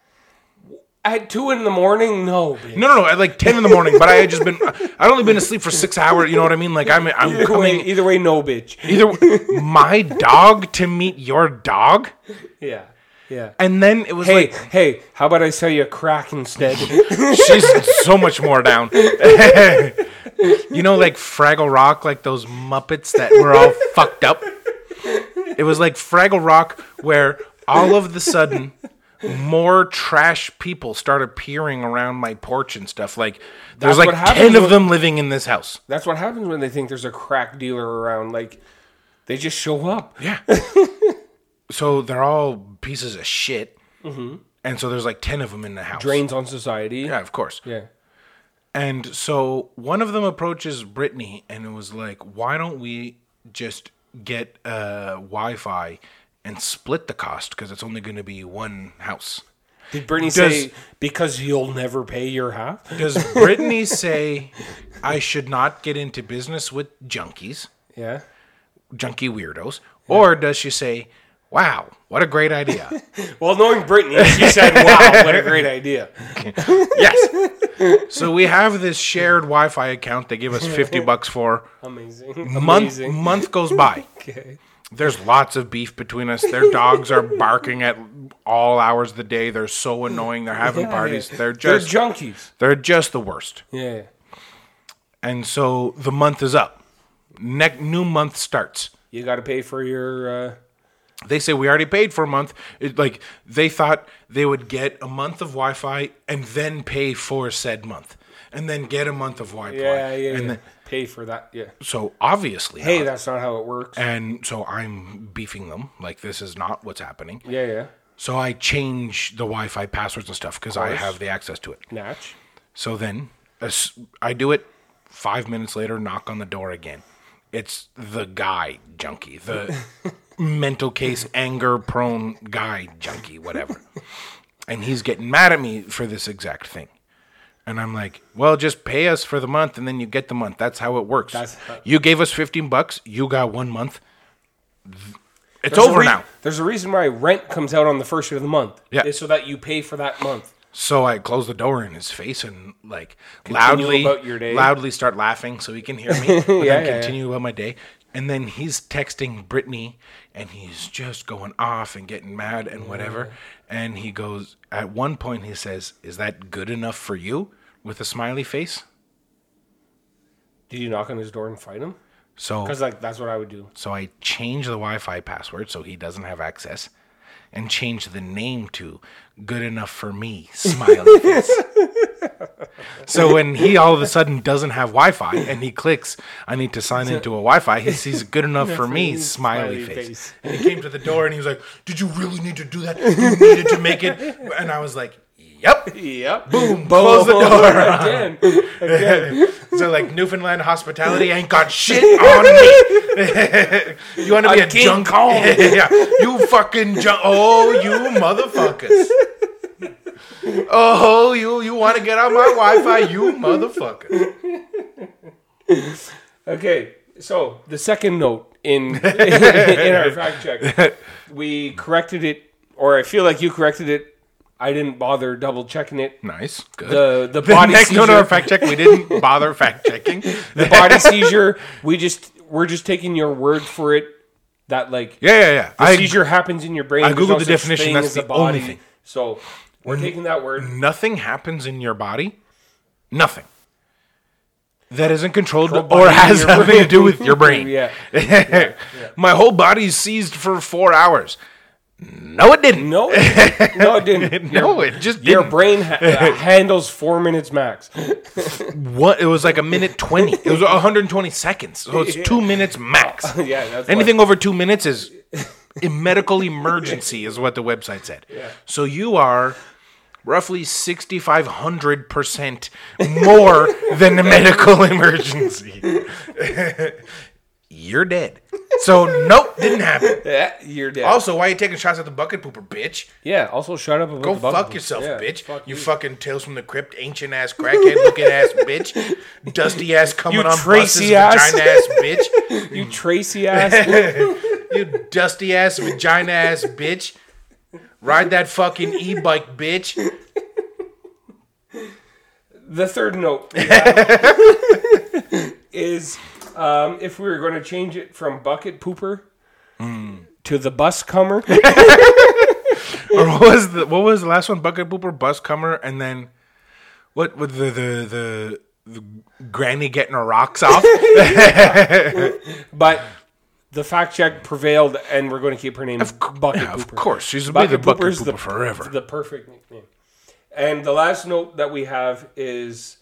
Speaker 2: At two in the morning, no. Bitch.
Speaker 1: No, no, no. At like ten in the morning, but I had just been I'd only been asleep for six hours. You know what I mean? Like I'm I'm
Speaker 2: Either way,
Speaker 1: coming
Speaker 2: either way, no, bitch.
Speaker 1: either way, my dog to meet your dog,
Speaker 2: Yeah, yeah.
Speaker 1: and then it was
Speaker 2: Hey,
Speaker 1: like
Speaker 2: hey, how about I sell you a crack instead?
Speaker 1: She's so much more down. you know, like Fraggle Rock, like those Muppets that were all fucked up. It was like Fraggle Rock, where all of the sudden more trash people start appearing around my porch and stuff. Like there's
Speaker 2: That's
Speaker 1: like
Speaker 2: what happens
Speaker 1: ten of
Speaker 2: when-
Speaker 1: them living in this house.
Speaker 2: That's what happens when they think there's a crack dealer around. Like, they just show up.
Speaker 1: Yeah. so they're all pieces of shit.
Speaker 2: Mm-hmm.
Speaker 1: And so there's like ten of them in the house.
Speaker 2: Drains on society.
Speaker 1: Yeah, of course.
Speaker 2: Yeah.
Speaker 1: And so one of them approaches Brittany and it was like, why don't we just get uh, Wi Fi and split the cost because it's only going to be one house?
Speaker 2: Did Brittany
Speaker 1: Does-
Speaker 2: say because you'll never pay your half?
Speaker 1: Does Brittany say I should not get into business with junkies,
Speaker 2: Yeah.
Speaker 1: junkie weirdos? Or does she say, wow, what a great idea?
Speaker 2: Well, knowing Brittany, she said, "Wow, what a great idea."
Speaker 1: yes. So we have this shared Wi Fi account they give us 50 bucks for.
Speaker 2: Amazing.
Speaker 1: Month,
Speaker 2: Amazing.
Speaker 1: month goes by.
Speaker 2: Okay.
Speaker 1: There's lots of beef between us. Their dogs are barking at all hours of the day. They're so annoying. They're having parties. They're
Speaker 2: They're
Speaker 1: just
Speaker 2: junkies.
Speaker 1: they're just the worst.
Speaker 2: Yeah.
Speaker 1: And so the month is up. Next new month starts.
Speaker 2: You got to pay for your. Uh,
Speaker 1: They say we already paid for a month. It, like they thought they would get a month of Wi-Fi and then pay for said month, and then get a month of Wi-Fi.
Speaker 2: yeah, yeah,
Speaker 1: And
Speaker 2: yeah.
Speaker 1: then,
Speaker 2: pay for that. Yeah.
Speaker 1: so obviously,
Speaker 2: Hey,
Speaker 1: not.
Speaker 2: that's not how it works.
Speaker 1: and so I'm beefing them. Like this is not what's happening.
Speaker 2: Yeah, yeah.
Speaker 1: So I change the Wi-Fi passwords and stuff because I have the access to it.
Speaker 2: Natch.
Speaker 1: So then as I do it. Five minutes later, knock on the door again. It's the guy junkie, the mental case, anger prone guy, junkie, whatever. and he's getting mad at me for this exact thing. And I'm like, well, just pay us for the month and then you get the month. That's how it works.
Speaker 2: That's how-
Speaker 1: you gave us 15 bucks, you got one month. It's
Speaker 2: There's a
Speaker 1: over
Speaker 2: rea-
Speaker 1: now.
Speaker 2: There's a reason why rent comes out on the first of the month.
Speaker 1: Yeah.
Speaker 2: It's so that you pay for that month.
Speaker 1: So I close the door in his face and like loudly,
Speaker 2: about your day.
Speaker 1: loudly start laughing so he can hear me. and
Speaker 2: Yeah,
Speaker 1: then
Speaker 2: yeah, yeah.
Speaker 1: continue about my day. And then he's texting Brittany, and he's just going off and getting mad and whatever. And he goes at one point he says, "Is that good enough for you?" with a smiley face.
Speaker 2: Did you knock on his door and fight him?
Speaker 1: So
Speaker 2: Because like that's what I would do.
Speaker 1: so I change the Wi-Fi password so he doesn't have access, and change the name to "Good enough for me" smiley face. So when he all of a sudden doesn't have Wi-Fi and he clicks, I need to sign into a Wi-Fi. He sees good enough for me, smiley,
Speaker 2: smiley
Speaker 1: face.
Speaker 2: face.
Speaker 1: And he came to the door and he was like, "Did you really need to do that? You needed to make it." And I was like, "Yep."
Speaker 2: Yep.
Speaker 1: Boom! Close the door.
Speaker 2: Again.
Speaker 1: so like Newfoundland hospitality ain't got shit on me. you want to be
Speaker 2: I'm
Speaker 1: a
Speaker 2: King
Speaker 1: junk
Speaker 2: Kong.
Speaker 1: yeah, you fucking junk. Oh, you motherfuckers. Oh, you you want to get on my Wi-Fi? You motherfuckers.
Speaker 2: Okay. So the second note in in our fact check, we corrected it, or I feel like you corrected it. I didn't bother double checking it.
Speaker 1: Nice, good.
Speaker 2: The the
Speaker 1: The
Speaker 2: body
Speaker 1: next
Speaker 2: seizure,
Speaker 1: note of our fact check, we didn't bother fact checking.
Speaker 2: the body seizure. We just we're just taking your word for it. That like
Speaker 1: Yeah, yeah, yeah. I,
Speaker 2: seizure happens in your brain.
Speaker 1: I
Speaker 2: There's
Speaker 1: Googled
Speaker 2: no
Speaker 1: the
Speaker 2: such
Speaker 1: definition.
Speaker 2: thing
Speaker 1: That's
Speaker 2: as
Speaker 1: the
Speaker 2: a body.
Speaker 1: only thing. Mm-hmm.
Speaker 2: So we're taking that word.
Speaker 1: nothing happens in your body. Nothing. That isn't controlled
Speaker 2: body
Speaker 1: or
Speaker 2: in
Speaker 1: has
Speaker 2: your
Speaker 1: nothing to
Speaker 2: brain.
Speaker 1: do with your brain.
Speaker 2: Yeah.
Speaker 1: My whole body's seized for four hours. No, it didn't.
Speaker 2: No, it- no, it didn't.
Speaker 1: No, it just
Speaker 2: Your
Speaker 1: didn't.
Speaker 2: brain ha- uh, handles four minutes max.
Speaker 1: What? It was like a minute twenty. It was 120 seconds. So it's two minutes max.
Speaker 2: Yeah, that's why-
Speaker 1: Anything over two minutes is a medical emergency, is what the website said. So you are roughly 6,500 percent more than a medical emergency. You're dead. So nope, didn't happen.
Speaker 2: Yeah, you're dead.
Speaker 1: Also, why are you taking shots at the bucket pooper, bitch?
Speaker 2: yeah. Also, shut up. About
Speaker 1: Go
Speaker 2: the bubble
Speaker 1: fuck
Speaker 2: poop.
Speaker 1: yourself,
Speaker 2: Yeah,
Speaker 1: bitch.
Speaker 2: fuck
Speaker 1: you
Speaker 2: you.
Speaker 1: fucking Tales from the Crypt, ancient ass, crackhead looking ass bitch. Dusty ass coming
Speaker 2: You
Speaker 1: on
Speaker 2: Tracy
Speaker 1: buses,
Speaker 2: ass.
Speaker 1: vagina ass bitch.
Speaker 2: You Tracy ass.
Speaker 1: You dusty ass, vagina ass bitch. Ride that fucking e bike, bitch.
Speaker 2: the third note we have is um, if we were going to change it from bucket pooper
Speaker 1: Hmm.
Speaker 2: to the bus comer.
Speaker 1: Or what was the what was the last one? Bucket pooper, bus comer, and then what with the the the, the granny getting her rocks off?
Speaker 2: But the fact check prevailed, and we're going to keep her name Bucket
Speaker 1: yeah,
Speaker 2: Pooper.
Speaker 1: of course, she's been
Speaker 2: Bucket
Speaker 1: the bucket
Speaker 2: Pooper's
Speaker 1: pooper
Speaker 2: the,
Speaker 1: forever.
Speaker 2: the perfect nickname. And the last note that we have is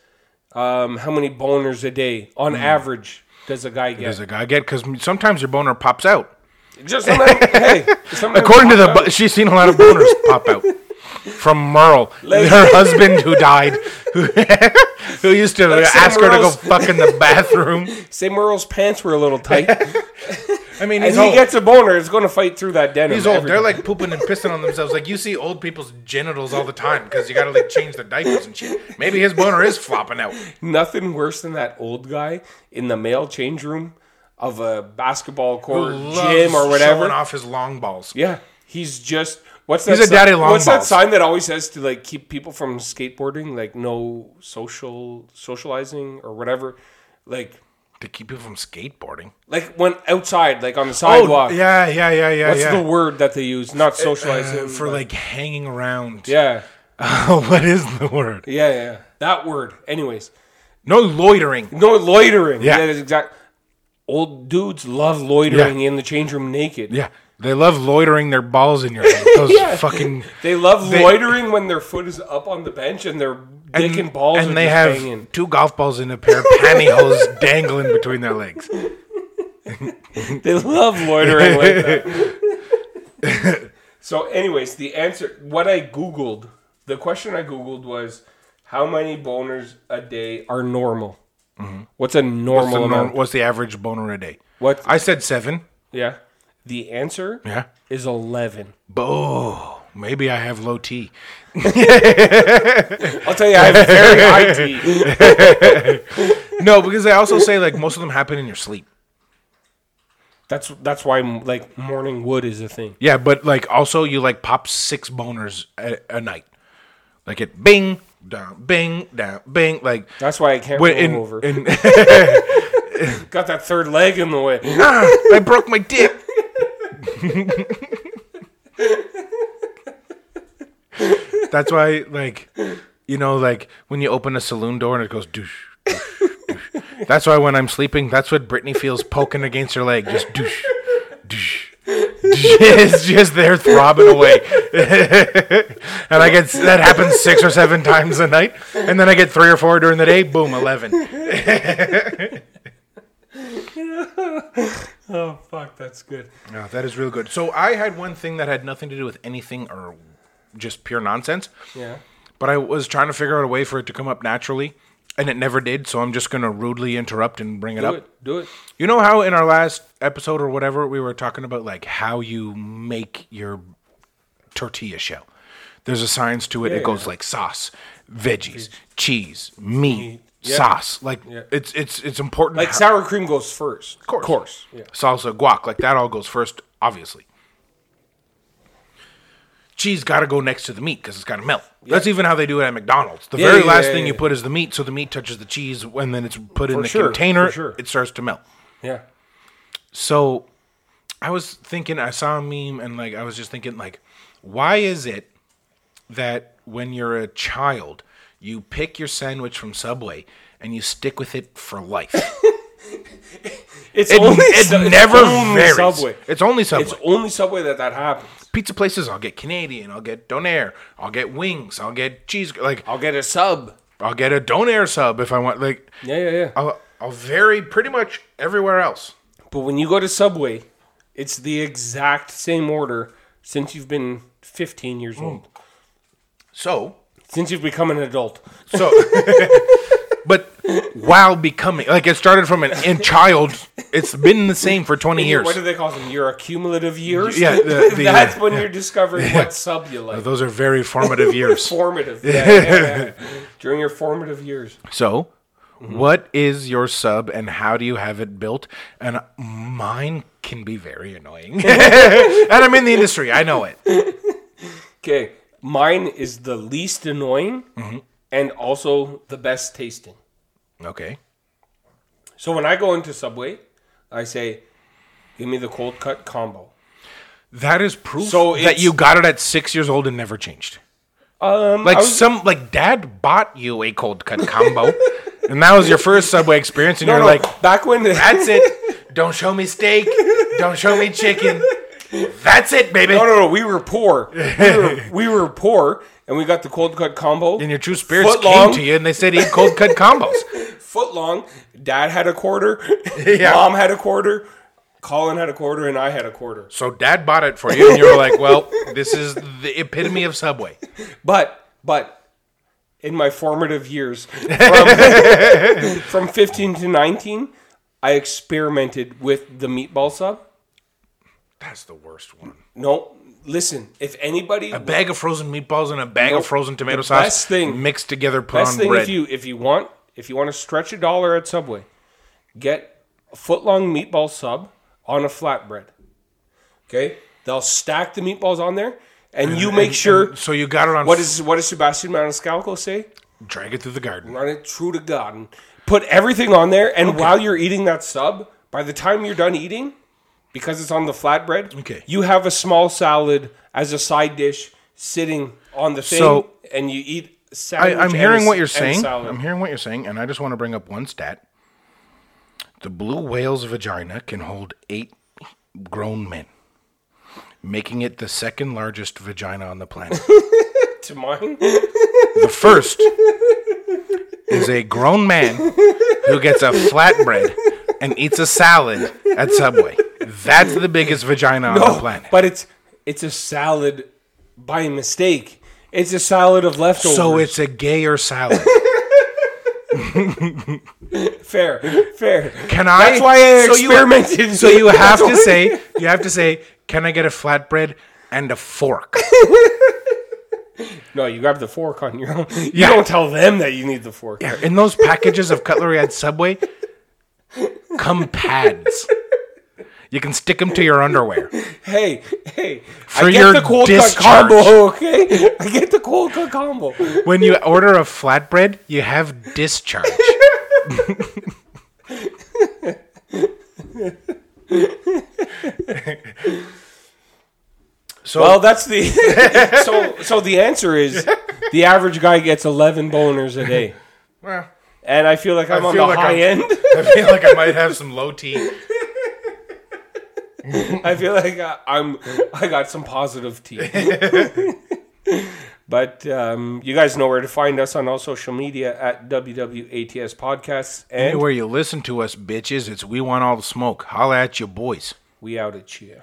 Speaker 2: um, how many boners a day on average does a guy
Speaker 1: Hmm. Does
Speaker 2: get?
Speaker 1: a guy get? Because sometimes your boner pops out.
Speaker 2: Just somebody, hey, somebody
Speaker 1: According to the,
Speaker 2: walk
Speaker 1: bu- she's seen a lot of boners pop out from Merle,
Speaker 2: Like-
Speaker 1: her husband who died, who, who used to
Speaker 2: Sam
Speaker 1: ask her to go
Speaker 2: Merle's-
Speaker 1: fuck in the bathroom.
Speaker 2: out, say Merle's pants were a little tight, and
Speaker 1: I mean,
Speaker 2: he
Speaker 1: he's old.
Speaker 2: gets a boner. It's going to fight through that denim.
Speaker 1: he's old.
Speaker 2: every
Speaker 1: They're
Speaker 2: day.
Speaker 1: like pooping and pissing on themselves. Like you see old people's genitals all the time because you got to like change their diapers and shit. Maybe his boner is flopping out.
Speaker 2: nothing worse than that old guy in the male change room of a basketball court,
Speaker 1: Loves
Speaker 2: gym, or whatever.
Speaker 1: showing off his long balls.
Speaker 2: Yeah, he's just what's that?
Speaker 1: He's a
Speaker 2: si-
Speaker 1: daddy long
Speaker 2: What's that
Speaker 1: balls.
Speaker 2: sign that always says to like keep people from skateboarding, like no social socializing or whatever, like
Speaker 1: To keep people from skateboarding.
Speaker 2: like when outside, like on the Oh, sidewalk.
Speaker 1: Oh, yeah, yeah, yeah, yeah,
Speaker 2: What's
Speaker 1: yeah.
Speaker 2: the word that they use? Not socializing
Speaker 1: Uh, for
Speaker 2: but-
Speaker 1: like hanging around.
Speaker 2: yeah,
Speaker 1: what is the word?
Speaker 2: yeah, yeah. That word. Anyways,
Speaker 1: No loitering.
Speaker 2: no loitering.
Speaker 1: Yeah.
Speaker 2: that is exact. Old dudes love loitering in the change room naked.
Speaker 1: Yeah. They love loitering their balls in your hand. Those fucking
Speaker 2: They love
Speaker 1: They-
Speaker 2: loitering when their foot is up on the bench and their dick and, balls are
Speaker 1: and they
Speaker 2: just
Speaker 1: have
Speaker 2: hanging.
Speaker 1: two golf balls in a pair of pantyhose dangling between their legs.
Speaker 2: They love loitering like that. so, anyways, the answer, what I Googled, the question I Googled was how many boners a day are normal? What's a normal
Speaker 1: Mm-hmm. What's the, norm,
Speaker 2: amount?
Speaker 1: what's the average boner a day?
Speaker 2: What?
Speaker 1: I said seven.
Speaker 2: yeah. The answer
Speaker 1: Yeah.
Speaker 2: is 11.
Speaker 1: Oh, maybe I have low T.
Speaker 2: I'll tell you, I have very high T.
Speaker 1: No, because they also say like most of them happen in your sleep.
Speaker 2: That's that's why like morning wood is a thing.
Speaker 1: Yeah, but like also you like pop six boners a, a night. Like it bing, down, bing, down, bing. Like
Speaker 2: That's why I can't roll
Speaker 1: when in,
Speaker 2: over.
Speaker 1: in
Speaker 2: Got that third leg in the way.
Speaker 1: ah, I broke my dick. That's why, like, you know, like when you open a saloon door and it goes douche. douche, douche. That's why when I'm sleeping, that's what Brittany feels poking against her leg, just douche, douche. It's just there throbbing away, and I get that happens six or seven times a night, and then I get three or four during the day. Boom, eleven.
Speaker 2: Oh fuck, that's good.
Speaker 1: Yeah, that is real good. So I had one thing that had nothing to do with anything or just pure nonsense,
Speaker 2: Yeah.
Speaker 1: but I was trying to figure out a way for it to come up naturally, and it never did. So I'm just gonna rudely interrupt and bring it
Speaker 2: Do
Speaker 1: up.
Speaker 2: it. Do it.
Speaker 1: You know how in our last episode or whatever we were talking about like how you make your tortilla shell. There's a science to it. it goes like sauce, veggies, cheese, meat, sauce. Like it's it's it's important.
Speaker 2: Like
Speaker 1: how-
Speaker 2: sour cream goes first. Of
Speaker 1: course.
Speaker 2: course. Yeah.
Speaker 1: salsa, guac, like that all goes first, obviously. Cheese got to go next to the meat because it's got to melt. That's even how they do it at McDonald's. The
Speaker 2: Yeah,
Speaker 1: very
Speaker 2: yeah,
Speaker 1: last
Speaker 2: yeah,
Speaker 1: thing
Speaker 2: yeah,
Speaker 1: you
Speaker 2: yeah.
Speaker 1: put is the meat, so the meat touches the cheese, and then it's put in the
Speaker 2: sure, for
Speaker 1: container.
Speaker 2: sure.
Speaker 1: It starts to melt.
Speaker 2: Yeah.
Speaker 1: So I was thinking, I saw a meme, and like I was just thinking, like, why is it that when you're a child, you pick your sandwich from Subway and you stick with it for life?
Speaker 2: It's
Speaker 1: It,
Speaker 2: only
Speaker 1: it
Speaker 2: Sub- it's
Speaker 1: never
Speaker 2: only
Speaker 1: varies.
Speaker 2: Subway.
Speaker 1: It's only Subway.
Speaker 2: It's only Subway that that happens.
Speaker 1: pizza places. I'll get Canadian. I'll get Donair. I'll get wings. I'll get cheese. Like
Speaker 2: I'll get a sub.
Speaker 1: I'll get a Donair sub if I want. Like
Speaker 2: Yeah, yeah, yeah.
Speaker 1: I'll, I'll vary pretty much everywhere else.
Speaker 2: But when you go to Subway, it's the exact same order since you've been 15
Speaker 1: Mm.
Speaker 2: years old.
Speaker 1: So
Speaker 2: Since you've become an adult.
Speaker 1: so. But while becoming like it started from an in child, it's been the same for twenty years.
Speaker 2: What do they call them? Your accumulative years?
Speaker 1: Yeah, the- the-
Speaker 2: That's when you're discovering what sub you like.
Speaker 1: Those are very formative years.
Speaker 2: Formative. Yeah, yeah, yeah. During your formative years.
Speaker 1: So,
Speaker 2: Mm-hmm.
Speaker 1: what is your sub and how do you have it built? And mine can be very annoying. and I'm in the industry, I know it.
Speaker 2: Okay. Mine is the least annoying
Speaker 1: Mm-hmm.
Speaker 2: and also the best tasting.
Speaker 1: Okay.
Speaker 2: So when I go into Subway, I say, give me the cold cut combo.
Speaker 1: That is proof
Speaker 2: So
Speaker 1: that
Speaker 2: it's-
Speaker 1: you got it at six years old and never changed.
Speaker 2: Um,
Speaker 1: Like
Speaker 2: I was-
Speaker 1: some like dad bought you a cold cut combo, and that was your first subway experience, and
Speaker 2: no,
Speaker 1: you're
Speaker 2: no,
Speaker 1: like,
Speaker 2: back when
Speaker 1: "That's it. Don't show me steak. Don't show me chicken. That's it, baby."
Speaker 2: No, no, no. We were poor. We were, we were poor, and we got the cold cut combo.
Speaker 1: And your true spirits
Speaker 2: Foot
Speaker 1: came
Speaker 2: long.
Speaker 1: to you, and they said, "Eat cold cut combos."
Speaker 2: foot long. Dad had a quarter.
Speaker 1: Yeah.
Speaker 2: Mom had a quarter. Colin had a quarter, and I had a quarter.
Speaker 1: So dad bought it for you, and you were like, "Well, this is the epitome of Subway."
Speaker 2: But but in my formative years, from, from 15 to 19, I experimented with the meatball sub.
Speaker 1: That's the worst one.
Speaker 2: No, listen. If anybody
Speaker 1: A bag of frozen meatballs and a bag
Speaker 2: Nope.
Speaker 1: of frozen tomato
Speaker 2: The
Speaker 1: sauce
Speaker 2: best thing-
Speaker 1: mixed together, put
Speaker 2: Best
Speaker 1: on
Speaker 2: thing
Speaker 1: bread.
Speaker 2: if you if you want if you want to stretch a dollar at Subway, get a foot long meatball sub on a flatbread. Okay, they'll stack the meatballs on there, and you make sure.
Speaker 1: so you got it on.
Speaker 2: What is what does Sebastian Maniscalco say?
Speaker 1: Drag it through the garden.
Speaker 2: Run it true to God. and Put everything on there, and while you're eating that sub, by the time you're done eating, because it's on the flatbread,
Speaker 1: Okay.
Speaker 2: you have a small salad as a side dish sitting on the thing,
Speaker 1: So-
Speaker 2: and you eat.
Speaker 1: I,
Speaker 2: Sandwich
Speaker 1: I'm
Speaker 2: and a
Speaker 1: hearing
Speaker 2: s-
Speaker 1: what you're
Speaker 2: and
Speaker 1: saying.
Speaker 2: salad.
Speaker 1: I'm hearing what you're saying, and I just want to bring up one stat. The blue whale's vagina can hold eight grown men, making it the second largest vagina on the planet.
Speaker 2: to mine.
Speaker 1: The first is a grown man who gets a flatbread and eats a salad at Subway. That's the biggest vagina on the Oh, planet.
Speaker 2: But it's it's a salad by mistake. It's a salad of leftovers.
Speaker 1: So it's a gayer salad.
Speaker 2: fair, fair.
Speaker 1: Can I?
Speaker 2: That's why I
Speaker 1: so you-
Speaker 2: experimented.
Speaker 1: so you have to
Speaker 2: That's
Speaker 1: say, you have to say, can I get a flatbread and a fork?
Speaker 2: No, you grab the fork on your own. You
Speaker 1: Yeah.
Speaker 2: don't tell them that you need the fork.
Speaker 1: There, In those packages of cutlery at Subway, come pads. You can stick them to your underwear.
Speaker 2: Hey, hey.
Speaker 1: For
Speaker 2: I get
Speaker 1: your
Speaker 2: the cold cut
Speaker 1: discharge.
Speaker 2: combo, okay? I get the cold cut combo.
Speaker 1: When you order a flatbread, you have discharge. so
Speaker 2: Well, that's the So so the answer is the average guy gets 11 boners a day.
Speaker 1: well,
Speaker 2: And I feel like I'm on
Speaker 1: feel
Speaker 2: the
Speaker 1: like
Speaker 2: high
Speaker 1: I'm-
Speaker 2: end.
Speaker 1: I feel like I might have some low tea.
Speaker 2: I feel like I, I'm I got some positive tea. but um, you guys know where to find us on all social media at WWATS Podcasts and
Speaker 1: Anywhere you listen to us, bitches, it's we want all the smoke. Holla at you boys.
Speaker 2: we out at you.